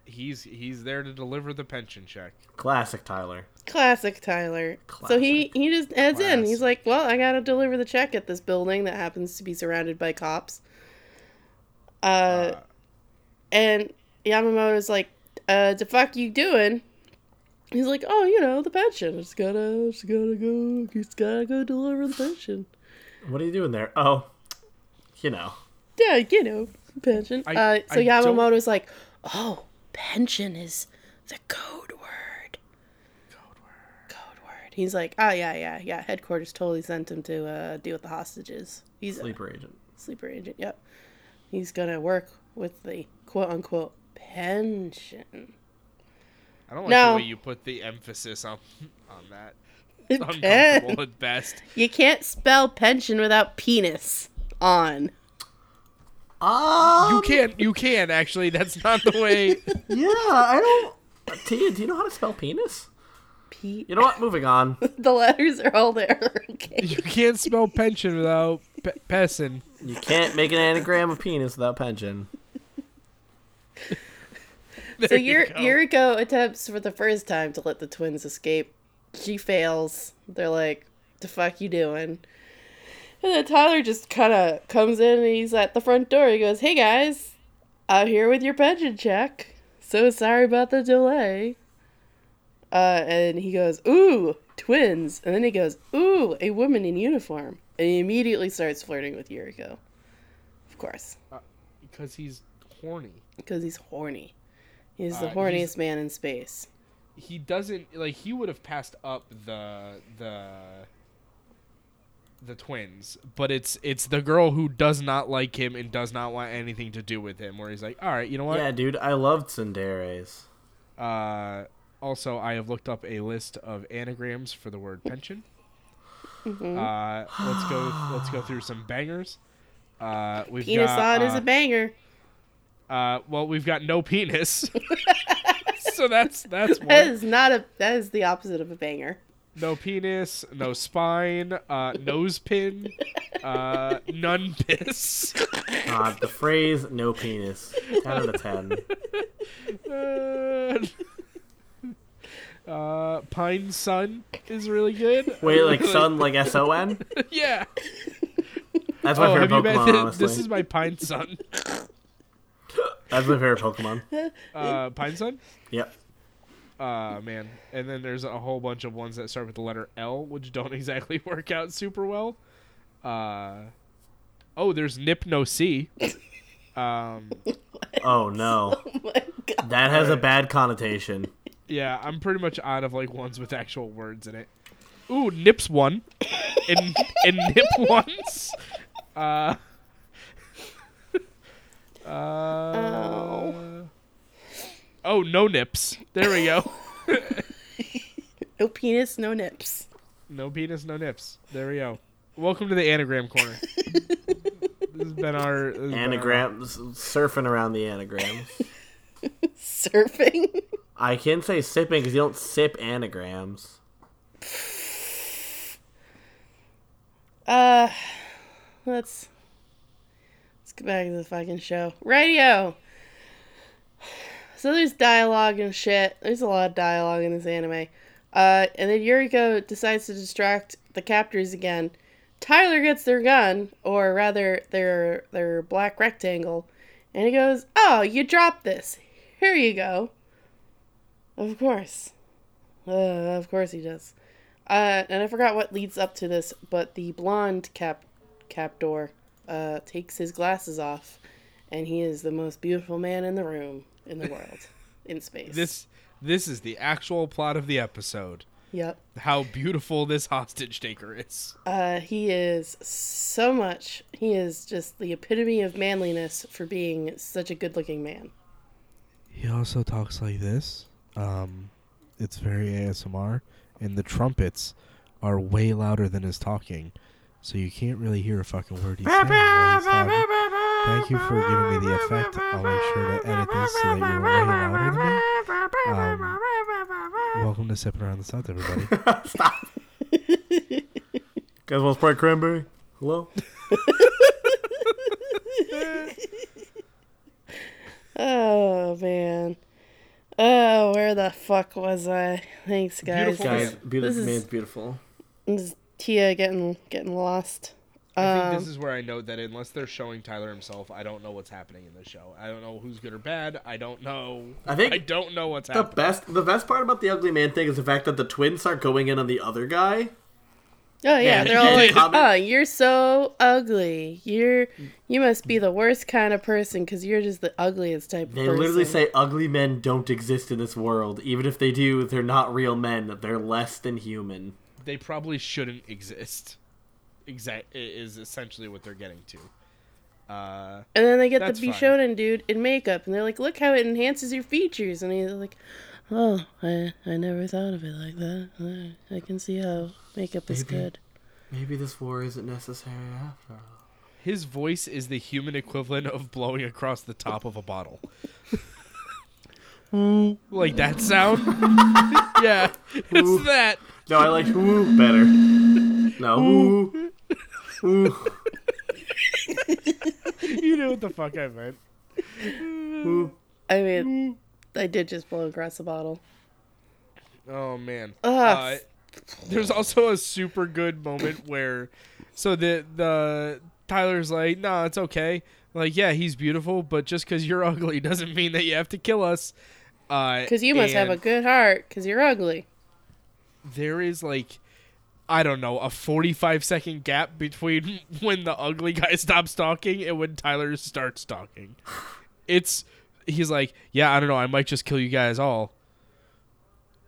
he he's he's there to deliver the pension check.
Classic Tyler.
Classic Tyler. So he he just adds in. He's
Classic.
like, "Well, I gotta deliver the check at this building that happens to be surrounded by cops." Uh, and Yamamoto's like, "Uh, the fuck you doing?" He's like, "Oh, you know, the pension. Just gotta, just gotta go, just gotta go deliver the pension."
What are you doing there? Oh, you know.
Yeah, you know, pension.
I-
uh, so
I don't-
Yamamoto's like, "Oh, pension is the code word." Code word. He's like, "Oh yeah, yeah, yeah." Headquarters totally sent him to uh, deal with the hostages. He's a
Sleeper agent.
sleeper agent. Yep. He's gonna work with the quote unquote pension.
I don't like
No.
the way you put the emphasis on on that.
[LAUGHS]
It's
Pen-
[LAUGHS] uncomfortable at best.
you can't spell pension without penis on.
Ah,
You can't. You can actually. That's not the way.
yeah. I don't. [LAUGHS] Tia, do you know how to spell penis?
P.
You know what? Moving on.
The letters are all there. [LAUGHS] okay.
You can't spell pension without pe- pessin.
You can't make an anagram of penis without pension.
So
There you
Yur-
go.
Yuriko attempts for the first time to let the twins escape. She fails. They're like, "The fuck you doing?" And then Tyler just kind of comes in and he's at the front door. He goes, "Hey guys, I'm here with your pension check. So sorry about the delay." Uh, and he goes, "Ooh, twins!" And then he goes, "Ooh, a woman in uniform!" And he immediately starts flirting with Yuriko. Of course,
because he's horny.
because he's horny. He's the
Uh,
horniest
he's-
man in space.
He doesn't like. He would have passed up the the the twins, but it's it's the girl who does not like him and does not want anything to do with him. Where he's like, all right, you know what?
Yeah, dude. I loved Sundares.
Uh, also, I have looked up a list of anagrams for the word pension.
Mm-hmm.
Uh, let's go. Let's go through some bangers. Uh, we've
Penis
got
on is a banger.
uh, uh, well, we've got no
[LAUGHS]
penis, so that's that's
That
one.
is not a. That is the opposite of a banger.
No penis, no spine, uh, nose pin, uh, none piss. [LAUGHS]
God, Uh, the phrase "no penis." Ten out of ten.
Uh, uh, pine sun is really good.
Wait, like sun, like S O N.
[LAUGHS] yeah.
That's my
Oh, have
favorite
you met [LAUGHS]
Pokemon.
this?
honestly,
This is my Pine Sun.
that's my
[LAUGHS]
favorite Pokemon.
Uh, Pine Sun?
Yep.
Uh, man. And then there's a whole bunch of ones that start with the letter L, which don't [LAUGHS] exactly work out super well. Uh, oh, there's Nip No C. Um,
[LAUGHS] Oh no,
Oh my god.
that has a bad connotation.
yeah, I'm pretty much out of like ones with actual words in it. Ooh, Nips One. And, and Nip [LAUGHS] Ones. Uh, uh,
Ow.
Oh, no nips. There we go.
No penis, no nips. [LAUGHS]
No penis, no nips. There we go. Welcome to the anagram corner. this has been our this has been our-
Anagrams, surfing around the [LAUGHS] anagrams.
Surfing. [LAUGHS]
I can say sipping because you don't sip anagrams.
Uh, let's let's get back to the fucking show. Radio. So there's dialogue and shit. There's a lot of dialogue in this anime. Uh, and then Yuriko decides to distract the captors again. Tyler gets their gun, or rather their their black rectangle, and he goes, "Oh, you dropped this. Here you go." Of course. Uh, of course he does. Uh, and I forgot what leads up to this, but the blonde cap captor uh, takes his glasses off, and he is the most beautiful man in the room in the world, in space.
This this is the actual plot of the episode.
Yep.
How beautiful this hostage taker is.
Uh, he is so much. He is just the epitome of manliness for being such a good-looking man.
He also talks like this. Um, it's very ASMR, and the trumpets are way louder than his talking, so you can't really hear a fucking word he's saying. Thank you for giving me the effect. I'll make sure to edit this so that you're way louder than me. Um, Welcome to Sipping Around the Suds, everybody.
Stop. Guys want Sprite Cranberry? Hello?
Oh man. fuck was I? Thanks, guys.
Beautiful
Guys,
This
beautiful
is-
man's beautiful.
This is Tia getting getting lost.
I think
Um,
this is where I know that unless they're showing Tyler himself, I don't know what's happening in this show. I don't know who's good or bad. I don't know.
I think-
I don't know what's
The
happening.
best, the best part about the ugly man thing is the fact that the twins start going in on the other guy.
oh yeah,
Yeah, [LAUGHS]
they're all like,
comment-
"Oh, you're so ugly. You're you must be the worst kind of person because you're just the ugliest type."
They
of person.
literally say ugly men don't exist in this world. Even if they do, they're not real men. They're less than human.
They probably shouldn't exist. Exact is essentially what they're getting to. Uh,
and then they get
That's
the
fine.
Bishonen dude in makeup, and they're like, "Look how it enhances your features," and he's like. Oh, I, I never thought of it like that. I can see how makeup is
Maybe.
good.
Maybe this war isn't necessary after all.
his voice is the human equivalent of blowing across the top of a bottle. like that sound? [LAUGHS] yeah, it's that.
No, I like woo better. No, woo. Woo.
You know what the fuck I meant.
woo.
I mean, I did just blow across the bottle.
Oh man.
Ugh.
there's also a super good
[COUGHS]
moment where, so the the Tyler's like, nah, it's okay. Like, yeah, he's beautiful, but just because you're [LAUGHS] ugly doesn't mean that you have to kill us. Uh, Because
Because you must have a good heart, because you're ugly.
There is like, I don't know, a 45 second gap between [LAUGHS] when the ugly guy [LAUGHS] stops talking and when Tyler starts talking. It's he's like, yeah, I don't know, I might just kill you guys all.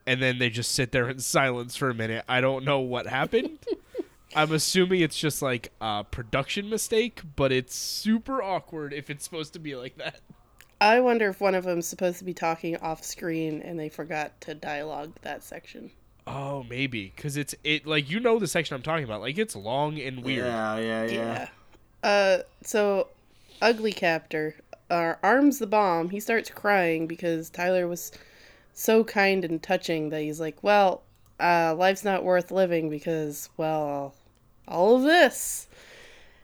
And then they just sit there in [LAUGHS] silence for a minute. I don't know what [LAUGHS] happened. I'm assuming it's just like a production mistake, but it's super awkward if it's supposed to be like that.
I wonder if one of them's supposed to be talking off screen and they forgot to dialogue that section.
Oh, maybe cuz it's it like you know the section I'm talking about. Like it's long and weird.
Yeah, yeah, yeah.
Yeah. Uh, so, Ugly Captor uh, arms the bomb. He starts crying because Tyler was so kind and touching that he's like, well, uh, life's not worth living because, well, all of this.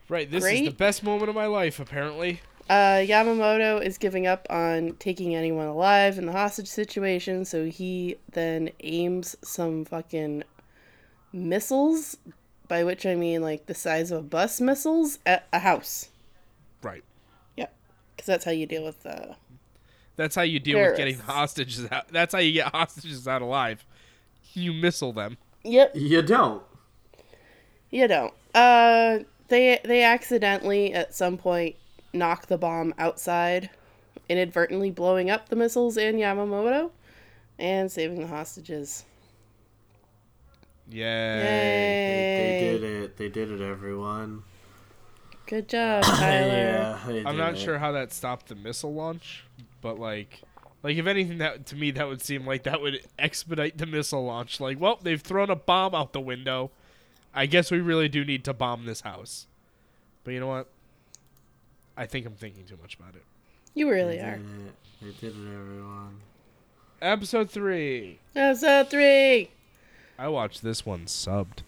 Right, this is the
Great.
best moment of my life, apparently.
Uh, Yamamoto is giving up on taking anyone alive in the hostage situation, so he then aims some fucking missiles, by which I mean like the size of a bus missiles, at a house.
Right.
Yep. Because that's how you deal with uh, the.
That's how you deal with getting the
Terrorists.
hostages out. That's how you get [LAUGHS] hostages out alive. You missile them.
Yep.
You don't.
You don't. Uh, they they accidentally at some point knock the bomb outside, inadvertently blowing up the missiles and Yamamoto, and saving the hostages.
Yay.
They
Yay.
did it. They did it, everyone.
Good job, Tyler.
Yeah, they
I'm
did
not
it.
sure how that stopped the missile launch, but like like if anything that to me that would seem like that would expedite the missile launch. Like, well, they've thrown a bomb out the window. I guess we really do need to bomb this house. But you know what? I think I'm thinking too much about it.
You really
They
are.
did it. They did it, everyone.
Episode 3.
Episode three.
I watched this one subbed.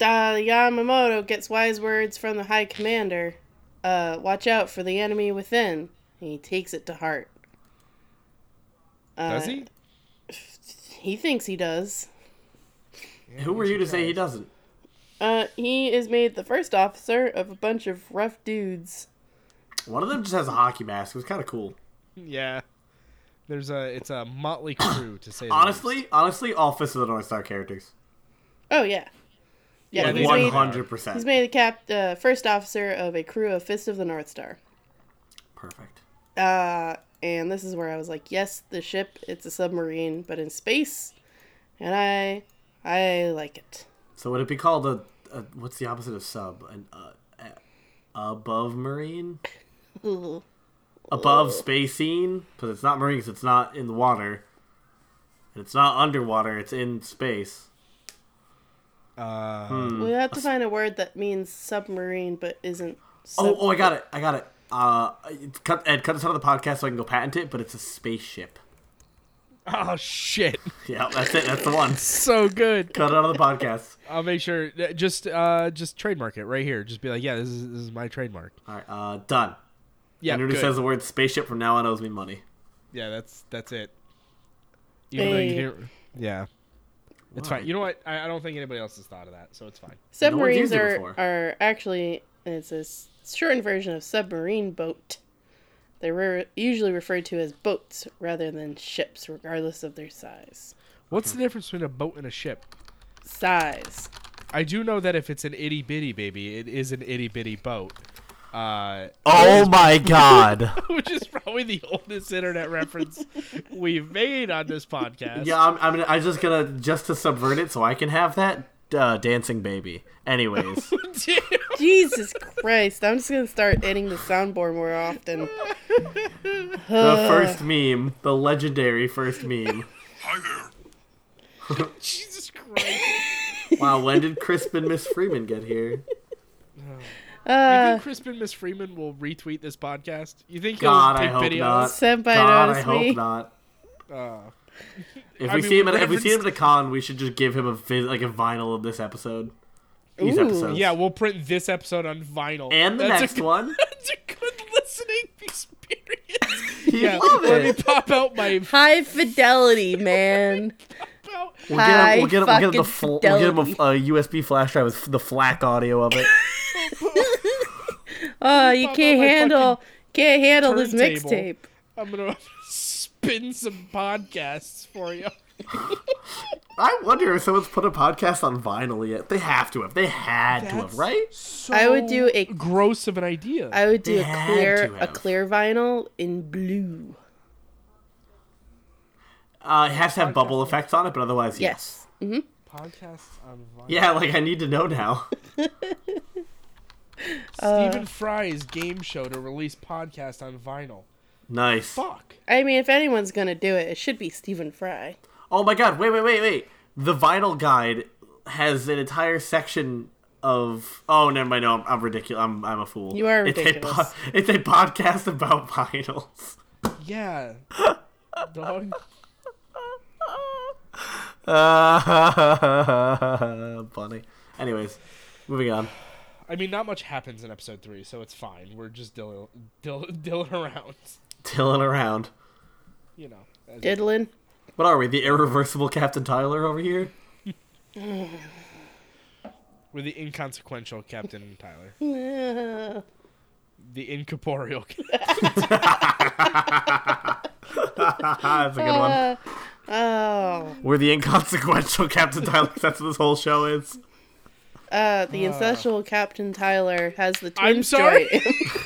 Uh, Yamamoto gets wise words from the High Commander. Uh, watch out for the enemy within. And he takes it to heart. Uh,
Does he?
He thinks he does.
Who were you to say he doesn't?
Uh, he is made the first officer of a bunch of rough dudes.
One of them just has a hockey mask. It was kind of cool.
Yeah. There's a it's a [COUGHS] motley crew to say the least.
Honestly, honestly, all Fist of the North Star characters.
Oh yeah, yeah.
Like
he's,
one
made,
hundred-
100%.
he's made the cap uh, first officer of a crew of Fist of the North Star.
Perfect.
Uh, and this is where I was like, yes, the ship, it's a submarine, but in space, and I, I like it. [LAUGHS]
So would it be called a, a what's the opposite of sub? An uh, a- above marine?
Ugh. Oh.
Above space scene? Because it's not marine. 'cause it's not in the water. And it's not underwater. It's in space.
Uh,
We have
Mm.
to find a word that means submarine but isn't. Sub-
Oh, oh, I got it. I got it. Uh, it's cut, Ed, cut this out of the podcast so I can go patent it. But it's a spaceship. [LAUGHS]
Oh shit! [LAUGHS]
Yeah, that's it. That's the one.
So good.
cut it out of the podcast.
I'll make sure. Just uh, just trademark it right here. Just be like, yeah, this is this is my trademark.
All right, uh, done.
Yeah,
Anyone who
good.
says the word spaceship from now on owes me money.
yeah, that's that's it. Even though you
Hey.
didn't- yeah. It's
Why?
fine. You know what? I, I don't think anybody else has thought of that, so it's fine.
Submarines
used it
are,
before.
are actually it's a s- shortened version of submarine boat. They're re- usually referred to as boats rather than ships, regardless of their size.
What's the difference between a boat and a ship?
[LAUGHS]
Size.
I do know that if it's an itty bitty baby, it is an itty bitty boat. Uh,
Oh my god.
[LAUGHS] which is probably the oldest internet [LAUGHS] reference we've made on this podcast.
[LAUGHS] Yeah, I'm, I'm, gonna- I'm just gonna just to subvert it so I can have that uh, dancing baby. Anyways,
[LAUGHS] Damn.
Jesus Christ! I'm just gonna start hitting the soundboard more often.
the
[LAUGHS]
first meme, the legendary first meme.
Hi there.
Jesus Christ.
Wow, when did Crisp and Miss Freeman get here?
you
Uh,
think Crispin Miss Freeman will retweet this podcast? You think
God, I
he'll take
hope
pity on
not.
us?
Senpai
God, I
knows me.
hope not.
Oh.
If
I
we
mean,
see him,
we
at, if we see him at
referenced-
a con, we should just give him a vi- like a vinyl of this episode. These
Ooh.
episodes,
Yeah, we'll print this episode on vinyl.
and the
That's a
next
good-
one.
[LAUGHS] That's a good listening experience.
He'd
yeah,
love
let
it.
me pop out my
High fidelity, man.
pop out.
We'll get him.
High
We'll get him. We'll get him, the
fucking
fl- we'll get him a,
fidelity.
f- a USB flash drive with the FLAC audio of it.
Oh, you
Pop out
can't
my
handle can't handle this
turntable.
mixtape.
I'm gonna spin some podcasts for you.
[LAUGHS] I wonder if someone's put a podcast on vinyl yet. They have to have. They had to have,
That's
right?
So
I would do a-
gross of an idea.
I would do
They
a
had
clear
to
a
have.
clear vinyl in blue.
Uh, it has to have bubble effects on it, but otherwise, yes.
Yes. Mm-hmm.
Podcasts on vinyl.
Yeah, like I need to know now. [LAUGHS]
Uh,
Stephen Fry's game show to release podcast on vinyl.
nice.
Fuck.
I mean, if anyone's gonna do it, it should be Stephen Fry.
Oh my god, wait, wait, wait, wait. The vinyl guide has an entire section of. Oh, never mind. No, I'm, I'm ridiculous. I'm, I'm a fool.
You are
It's a,
ridiculous.
po- it's a podcast [LAUGHS] about
[LAUGHS]
vinyls. [LAUGHS]
Yeah. Dog.
Uh, funny. Anyways, moving on.
I mean, not much happens in episode three, so it's fine. We're just dilling, [LAUGHS] dill, dilling around. [LAUGHS]
Tilling around.
You know. as-
Diddlin.
What are we? The irreversible Captain Tyler over here?
We're the inconsequential Captain [LAUGHS] Tyler.
Uh,
The incorporeal.
Ah, that's a good one.
Uh,
oh,
We're the inconsequential [LAUGHS] Captain Tyler. That's what this whole show is.
uh, the incestual Captain Tyler has the
Ah. I'm
twin
sorry.
story.
[LAUGHS]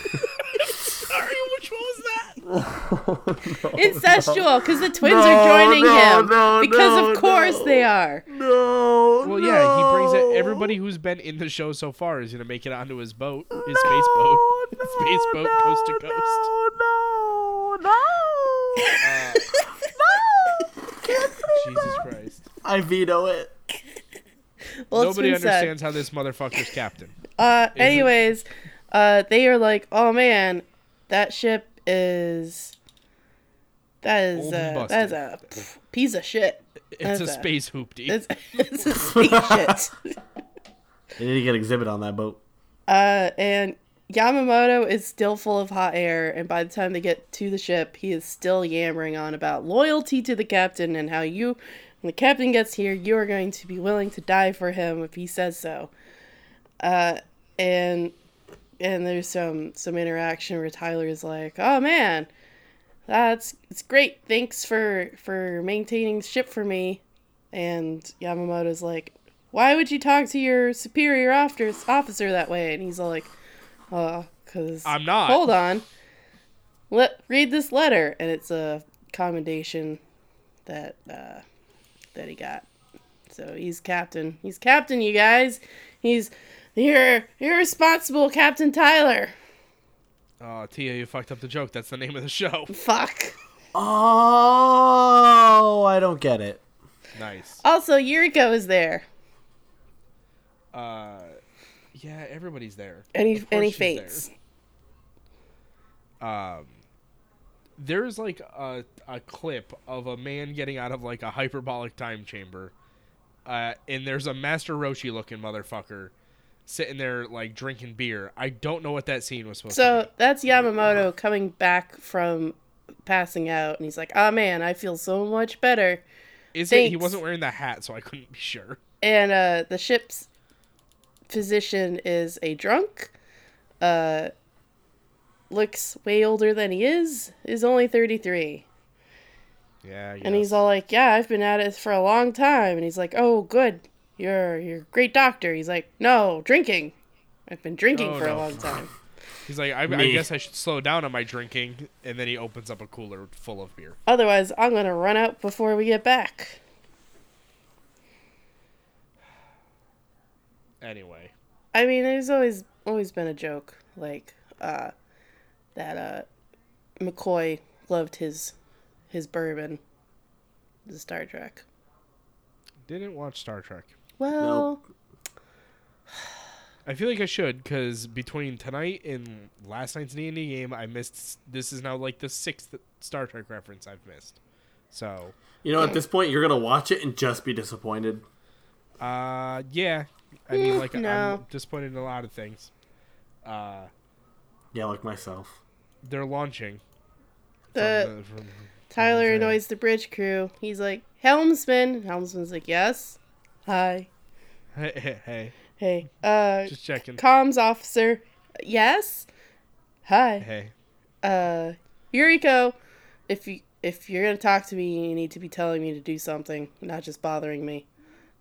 [LAUGHS]
Sorry, which one was
[LAUGHS]
that?
incestual, because the twins
Oh, No,
are joining
no,
him.
no,
because
no,
of course
no. [LAUGHS]
they are.
No.
[LAUGHS] Well, yeah, he brings it. Everybody who's been in the show so far is gonna make it onto his boat, his space boat, space boat coast to coast.
No, no, no.
Jesus Christ!
I veto it.
Well, it's
Nobody
been said.
understands how this motherfucker's
[LAUGHS]
captain.
Uh, anyways, uh, they are like, oh man, that ship is that is
Old and
uh, that is
busted.
a pff, piece of shit.
It's a
That's a-
space hoopty.
It's, [LAUGHS] it's a space shit.
They need to get exhibit on that boat.
Uh, and Yamamoto is still full of hot air, and by the time they get to the ship, he is still yammering on about loyalty to the captain and how you, when the captain gets here, you are going to be willing to die for him if he says so. Uh, and and there's some some interaction where Tyler is like, "Oh man, that's it's great. Thanks for for maintaining the ship for me." And Yamamoto's like, why would you talk to your superior officer officer that way? And he's all like, uh, cause
I'm not.
Hold on, let read this letter, and it's a commendation that uh, that he got. So he's captain. He's captain, you guys. He's you're irresponsible, Captain Tyler.
Oh, Tia, you fucked up the joke. That's the name of the
[LAUGHS]
show.
Fuck.
Oh, I don't get it.
[LAUGHS]
Nice.
Also, Yuriko is there,
Uh, yeah, everybody's there.
and
Of
he
course
and he
she's there.
faints.
Um, there's like a a clip of a man getting out of like a hyperbolic time chamber, uh, and there's a Master Roshi looking motherfucker sitting there like drinking beer. I don't know what that scene was supposed to
So that's Yamamoto coming back from passing out, and he's like, "Ah, man, I feel so much better."
Is it? He
Thanks.
wasn't wearing the hat, so I couldn't be sure.
And uh, the ship's physician is a drunk. Uh, looks way older than he is. Is only thirty three.
Yeah. I
And
guess.
he's all like, "Yeah, I've been at it for a long time." And he's like, "Oh, good. You're you're a great doctor." He's like, "No, drinking. I've been drinking
Oh,
for
no.
a long time."
He's like, I, I
Me.
guess I should slow down on my drinking. And then he opens up a cooler full of beer.
Otherwise, I'm gonna run out before we get back.
Anyway,
I mean, there's always always been a joke like uh, that uh, McCoy loved his his bourbon, the Star Trek.
didn't watch Star Trek.
Well,
I feel like I should because between tonight and last night's D and D game, I missed. This is now like the sixth Star Trek reference I've missed. So,
You know, at this point, you're gonna watch it and just be disappointed.
uh, yeah, I mean,
Mm,
like I'm
no.
disappointed in a lot of things. Uh,
Yeah, like myself.
they're launching. from
the
the- from- [LAUGHS]
Tyler
Zane.
annoys the bridge crew. He's like, "Helmsman." Helmsman's like, "Yes, hi,
hey, hey, hey,
hey, uh,
just checking.
comms officer. Yes, hi,
Hey,
uh, Yuriko. If you if you're gonna talk to me, you need to be telling me to do something, not just bothering me."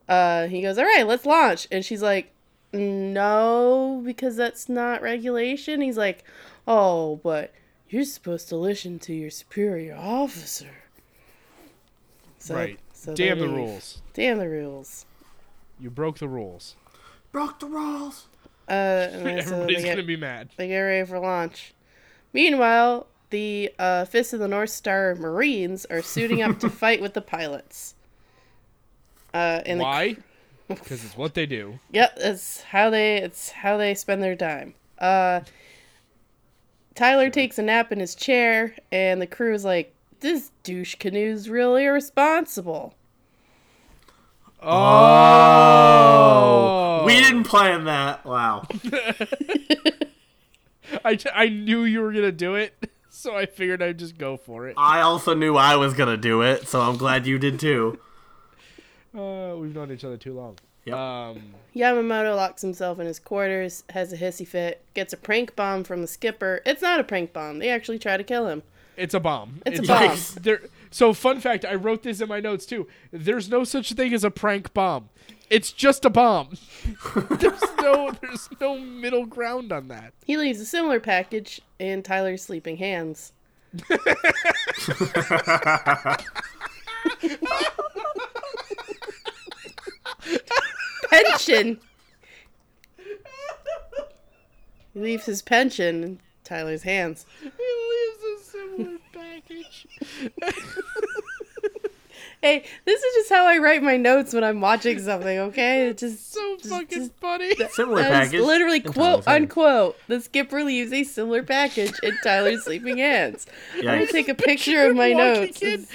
Uh, he goes, "All right, let's launch," and she's like, "No, because that's not regulation." He's like, "Oh, but you're supposed to listen to your superior officer." So,
right?
so they
Damn the
leave.
rules!
Damn the rules.
You broke the rules.
Broke the rules.
Uh, and then so
[LAUGHS]
they
Everybody's
get-
gonna be mad.
They get ready for launch. Meanwhile, the uh, Fist of the North Star Marines are suiting up to fight with the pilots. Uh, and the-
Why? Because it's what they do.
yep, that's how they. It's how they spend their time. Uh, Tyler takes a nap in his chair, and the crew is like, "This douche canoe's really irresponsible."
Oh,
We didn't plan that. Wow. [LAUGHS]
I, I knew you were gonna do it, [LAUGHS] so I figured I'd just go for it.
I also knew I was gonna do it, so I'm glad you did too.
Uh, we've known each other too long.
Yep.
Um,
Yamamoto locks himself in his quarters, has a hissy fit, gets a prank bomb from the skipper. It's not a prank bomb. They actually try to kill him.
it's a bomb.
It's a bomb.
Yikes.
There. So fun fact, I wrote this in my notes too. There's no such thing as a prank bomb. It's just a bomb. [LAUGHS] there's no there's no middle ground on that.
He leaves a similar package in Tyler's sleeping hands. pension. He leaves his pension in Tyler's hands.
It leaves a similar package.
Hey, this is just how I write my notes when I'm watching something, okay? It just
So fucking funny.
Similar
that is
package.
literally
and
quote
Tyler's hand.
unquote. The skipper leaves a similar package in
[LAUGHS]
Tyler's sleeping hands. I'm gonna
Yikes.
take a picture of my
walking
notes.
in.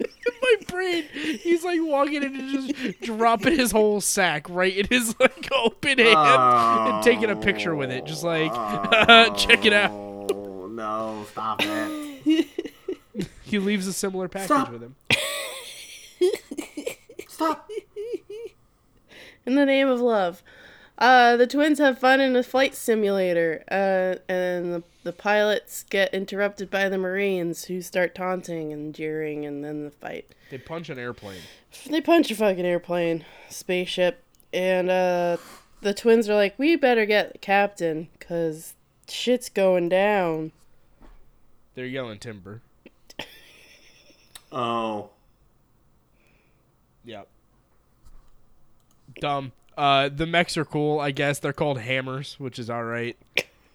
In my brain, he's like walking in and just dropping his whole sack right in his like open hand
Oh.
and [LAUGHS] taking a picture with it, just like [LAUGHS] check it out.
Oh no! Stop it.
He leaves a similar package
Stop.
with him.
Stop.
In the name of love. Uh, the twins have fun in a flight simulator, uh, and the, the pilots get interrupted by the Marines who start taunting and jeering, and then the fight.
They punch an airplane.
They punch a fucking airplane, spaceship, and uh, the twins are like, we better get the captain, because shit's going down.
They're yelling timber.
Oh.
Yep. Dumb. Uh, the mechs are cool, I guess. They're called hammers, which is all right.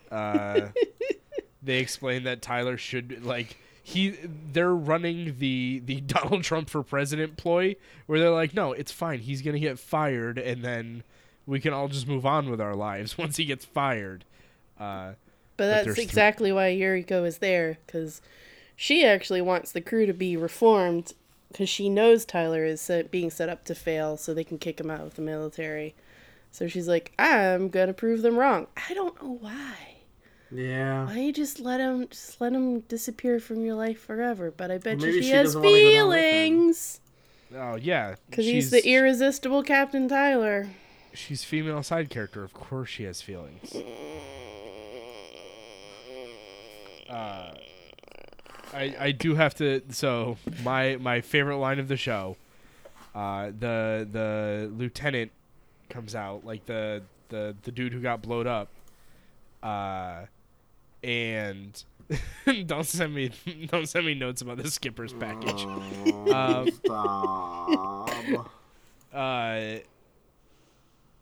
Uh, they explain that Tyler should like he they're running the the [LAUGHS] Donald Trump for president ploy where they're like, no, it's fine. He's gonna get fired, and then we can all just move on with our lives [LAUGHS] once he gets fired. Uh,
But
there's
that's
thr-
exactly why Yuriko is there, because she actually wants the crew to be reformed, because she knows Tyler is set, being set up to fail, so they can kick him out of the military. So she's like, I'm gonna prove them wrong. I don't know why.
Yeah.
Why you just let him just let him disappear from your life forever? But I bet
Maybe
you she,
she
has
doesn't wanna go down with him.
feelings
Oh yeah,
because he's
she's
the irresistible Captain Tyler.
She's female side character. Of course, she has feelings. Uh, I I do have to. So my my favorite line of the show, uh, the the lieutenant comes out like the the the dude who got blowed up, uh, and [LAUGHS] don't send me [LAUGHS] don't send me notes about the skipper's package. Um,
Stop.
uh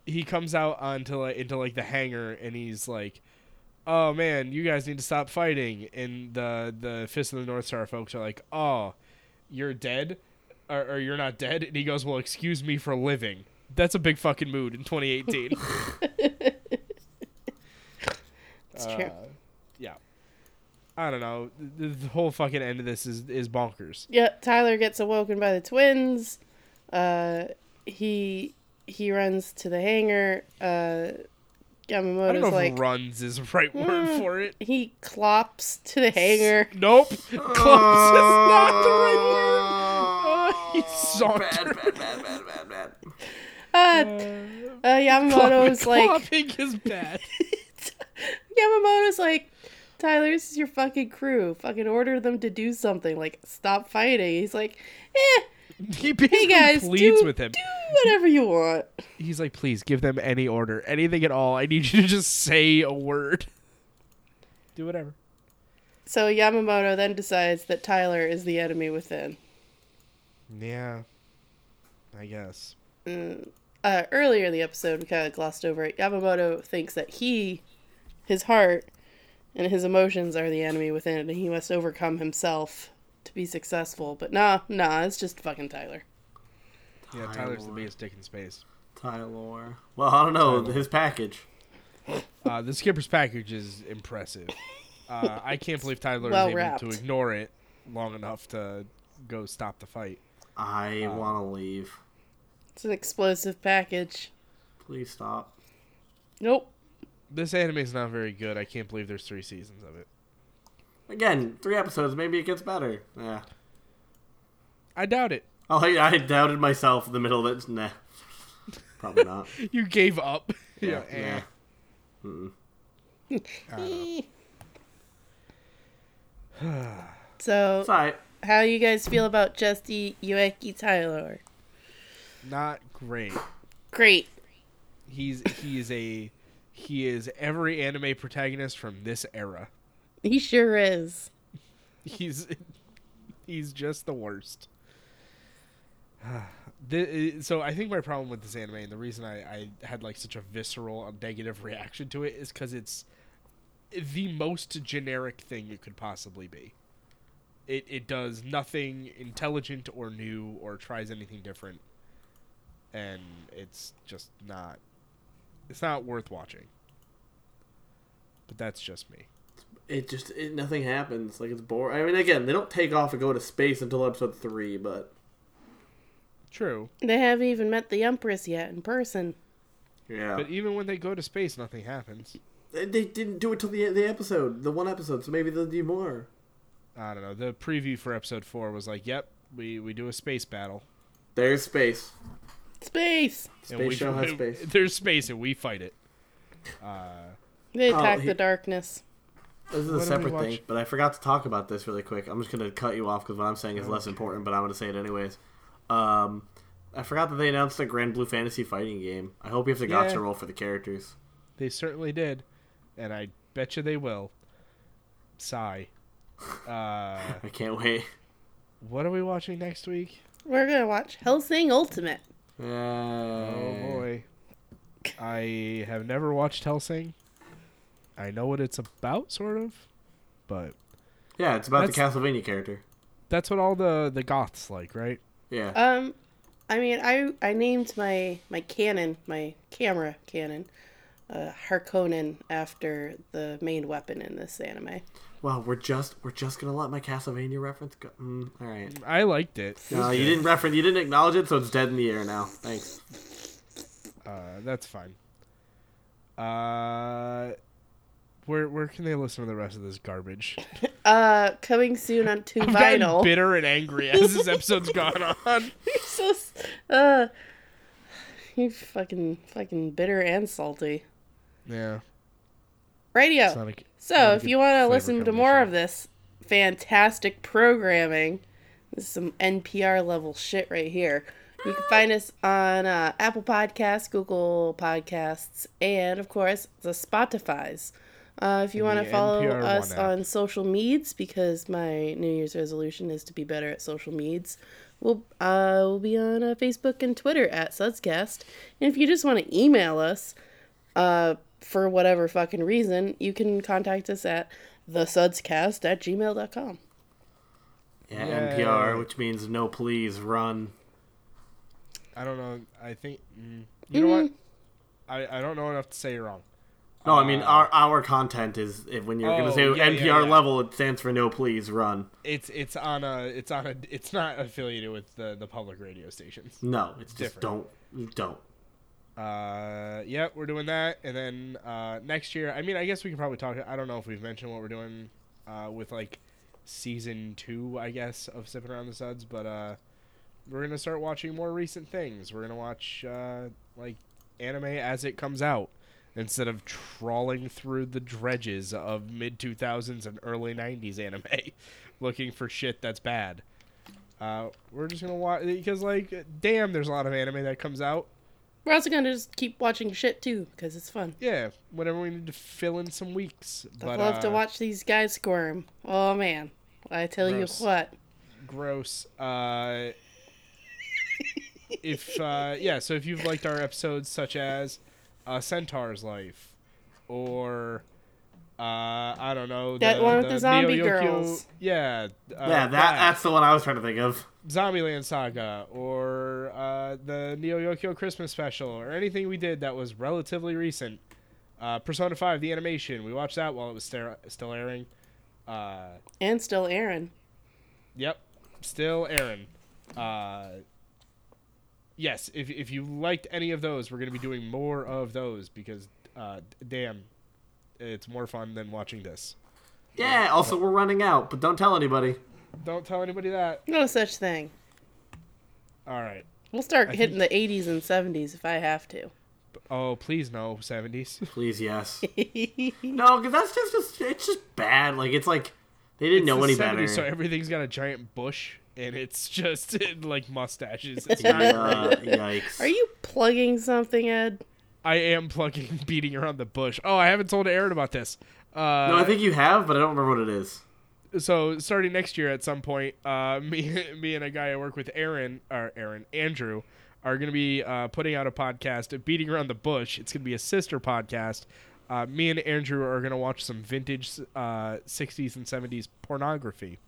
he comes out onto like into like the hangar and he's like oh man you guys need to stop fighting and the the fist of the north star folks are like oh you're dead or, or you're not dead and he goes well excuse me for living that's a big fucking mood in 2018
[LAUGHS] It's true.
Uh, yeah i don't know the, the whole fucking end of this is is bonkers
Yeah, Tyler gets awoken by the twins. Uh, he he runs to the hangar. Uh,
i don't know
Yamamoto's
if
like
runs is the right word
Mm.
for it
he clops to
[LAUGHS]
the hangar.
nope close is not the right word Oh, he
Bad,
sauntered.
bad, bad, bad, bad, bad.
[LAUGHS]
Uh, uh, Yamamoto's like
Clopping is bad.
Yamamoto's like, Tyler, this is your fucking crew. Fucking order them to do something. Like, stop fighting. He's like, eh,
[LAUGHS] He basically
hey guys,
pleads
do,
with him.
do whatever you want.
He's like, please give them any order, anything at all. I need you to just say a word. [LAUGHS] Do whatever.
So Yamamoto then decides that Tyler is the enemy within.
Yeah. I guess.
Uh, earlier in the episode, we kind of glossed over it. Yamamoto thinks that he, his heart, and his emotions are the enemy within, and he must overcome himself to be successful. But nah, nah, it's just fucking Tyler.
Yeah,
Hi,
Tyler's the
Lord.
biggest dick in space.
Tyler. Well, I don't know his package.
Uh, the skipper's package is impressive. Uh, I can't believe Tyler
[LAUGHS] Well
is able
wrapped.
to ignore it long enough to go stop the fight.
I want to leave.
It's an explosive package.
Please stop.
Nope.
This anime is not very good. I can't believe there's three seasons of it.
Again, three episodes. Maybe it gets better. Yeah.
I doubt it. [LAUGHS]
Oh, I, I doubted myself in the middle. That's nah. Probably not.
You gave up. [LAUGHS] Yeah. eh.
Nah. Mm-mm.
[SIGHS] So
It's alright.
how you guys feel about Justy Yueki Tyler?
Not great.
Great.
He's he is a he is every anime protagonist from this era.
He sure is.
[LAUGHS] He's he's just the worst. [SIGHS] The- uh, so I think my problem with this anime and the reason I, I had like such a visceral um, negative reaction to it is because it's the most generic thing it could possibly be. It it does nothing intelligent or new or tries anything different, and it's just not it's not worth watching. But that's just me.
It just it, nothing happens. Like it's boring. I mean, again, they don't take off and go to space until episode three. But
True.
They haven't even met the Empress yet in person.
yeah,
But even when they go to space, nothing happens.
they, they didn't do it till the the episode, the one episode. So maybe they'll do more.
I don't know. The preview for episode four was like, "Yep, we we do a space battle.
There's space.
Space.
we,
Space
[LAUGHS]
show has space.
There's space, and we fight it."
They
Oh,
attack
he-
the darkness.
This is
What
a
did we
separate
watch?
thing, but I forgot to talk about this really quick. I'm just gonna cut you off because what I'm saying is less important, but I'm gonna say it anyways. Um, I forgot that they announced a Grand Blue Fantasy fighting game. I hope you have the
Yeah.
gotcha roll for the characters.
They certainly did, and I bet you they will. Sigh. Uh, [LAUGHS]
I can't [LAUGHS] wait.
what are we watching next week?
We're gonna watch Hellsing Ultimate.
Uh,
Oh boy, I have never watched Hellsing. I know what it's about, sort of, but
Yeah, it's about
That's-
the Castlevania character.
that's what all the the goths like, right?
Yeah.
Um, I mean, I I named my my Canon, my camera Canon, uh, Harkonnen after the main weapon in this anime.
Well, we're just we're just gonna let my Castlevania reference go. Mm, all right.
I liked it.
No, you didn't reference. You didn't acknowledge it, so it's dead in the air now. Thanks.
Uh, that's fine. Uh, where where can they listen to the rest of this garbage?
Uh, coming soon on 2
I've gotten
Vinyl. [LAUGHS]
bitter and angry as this episode's gone on.
so, s- uh, [SIGHS] you fucking fucking bitter and salty.
Yeah.
Radio.
it's not a-
So,
a
if
good
you want to
flavor
listen to
combination.
more of this fantastic programming, this is some NPR level shit right here. You can find us on uh, Apple Podcasts, Google Podcasts, and of course the Spotify's. Uh, if you
And
want to
the
follow
NPR One
us
app.
on social meds, because my New Year's resolution is to be better at social meds, we'll, uh, we'll be on uh, Facebook and Twitter at Sudscast. And if you just want to email us, uh, for whatever fucking reason, you can contact us at thesudscast at gmail.com.
Yeah,
Yay.
NPR, which means no please run.
I don't know. I think mm, you know what? I I don't know enough to say you're wrong.
No, I mean our our content is if, when you're going
Oh,
to say
yeah, yeah,
NPR
yeah.
level, it stands for no please run.
It's it's on a it's on a it's not affiliated with the the public radio stations.
No, it's just
Different.
don't don't.
Uh, yeah, we're doing that, and then uh, next year. I mean, I guess we can probably talk. I don't know if we've mentioned what we're doing uh, with like season two, I guess, of Sipping Around the Suds, but uh, we're gonna start watching more recent things. We're gonna watch uh, like anime as it comes out instead of trawling through the dredges of mid two thousands and early nineties anime, [LAUGHS] looking for shit that's bad. Uh, we're just gonna watch because, like, damn, there's a lot of anime that comes out.
We're also going to just keep watching shit too because it's fun.
Yeah, whenever we need to fill in some weeks.
I
But,
love to
uh,
watch these guys squirm. Oh man. I tell
Gross.
you what.
Gross.
[LAUGHS]
Uh, if uh, yeah, so if you've liked our episodes such as uh, Centaur's Life, or uh, I don't know
That one with the zombie
Neo Yokio-
girls.
Yeah. Uh,
Oh,
yeah, that that's the one I was trying to think of.
Zombieland Saga or uh, the Neo Yokio Christmas special or anything we did that was relatively recent. Uh, Persona 5, the animation, we watched that while it was star- still airing. Uh,
And still Aaron.
Yep. Still Aaron. Uh, yes, if, if you liked any of those, we're going to be doing more of those because, uh, damn, it's more fun than watching this.
Yeah. Also, we're running out, but don't tell anybody.
Don't tell anybody that.
No such thing.
All right.
We'll start hitting the 80s and 70s if I
[LAUGHS]
have to.
Oh, please no, 70s.
Please,
[LAUGHS]
yes. no, because that's just, just it's just bad. Like it's like they [LAUGHS] didn't know
It's
any
the 70s,
better.
So everything's got a giant bush and it's [LAUGHS] just like mustaches. It's not,
[LAUGHS]
yeah, yikes.
Are you plugging something, Ed?
I am plugging [LAUGHS] beating around the bush. Oh, I haven't told Aaron about this. Uh,
No, I think you have, but I don't remember what it is.
so starting next year at some point, uh, [LAUGHS] me me and a guy I work with, Aaron or Aaron Andrew, are going to be uh, putting out a podcast, beating around the bush. It's going to be a sister podcast. Uh, me and Andrew are going to watch some vintage uh, '60s and '70s pornography.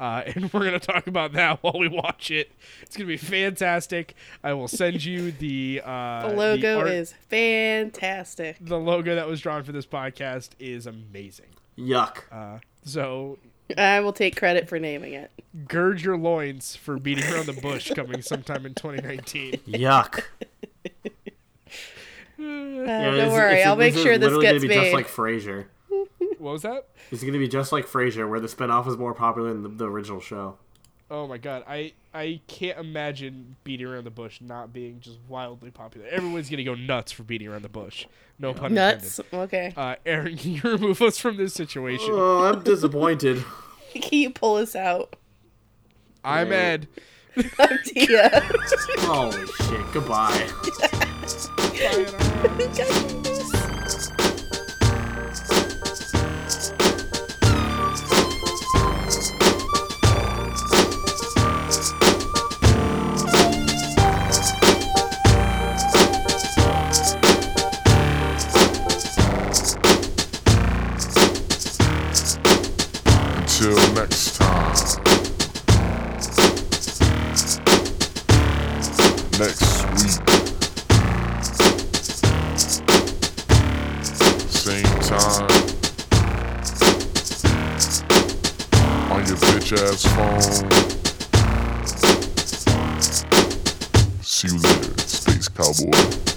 Uh, [LAUGHS] and we're going to talk about that [LAUGHS] while we watch it. It's going to be fantastic. I will send
[LAUGHS]
you the uh,
The logo
art-
is fantastic.
the logo that was drawn for this podcast is amazing.
Yuck.
Uh,
So
I will take credit for naming it.
gird your loins for beating around the bush coming sometime in 2019.
[LAUGHS]
Yuck.
Uh,
Yeah,
don't
it's-
worry,
it's-
I'll make
is
sure this
literally
gets
gonna be
made.
Just like Frasier.
What was that?
It's gonna be just like Frasier, where the spinoff is more popular than the, the original show.
Oh my god, I I can't imagine beating around the bush not being just wildly popular. Everyone's gonna go nuts for beating around the bush. No pun
Nuts.
intended.
Okay. [LAUGHS]
Uh, Aaron, [LAUGHS] can you remove us from this situation?
Oh, I'm disappointed.
Can you pull us out? [LAUGHS]
I'm Ed.
[LAUGHS]
I'm [LAUGHS] Tia.
[LAUGHS] Holy shit! Goodbye.
Until next time. Next week. Same time. On your bitch ass phone. See you later, Space Cowboy.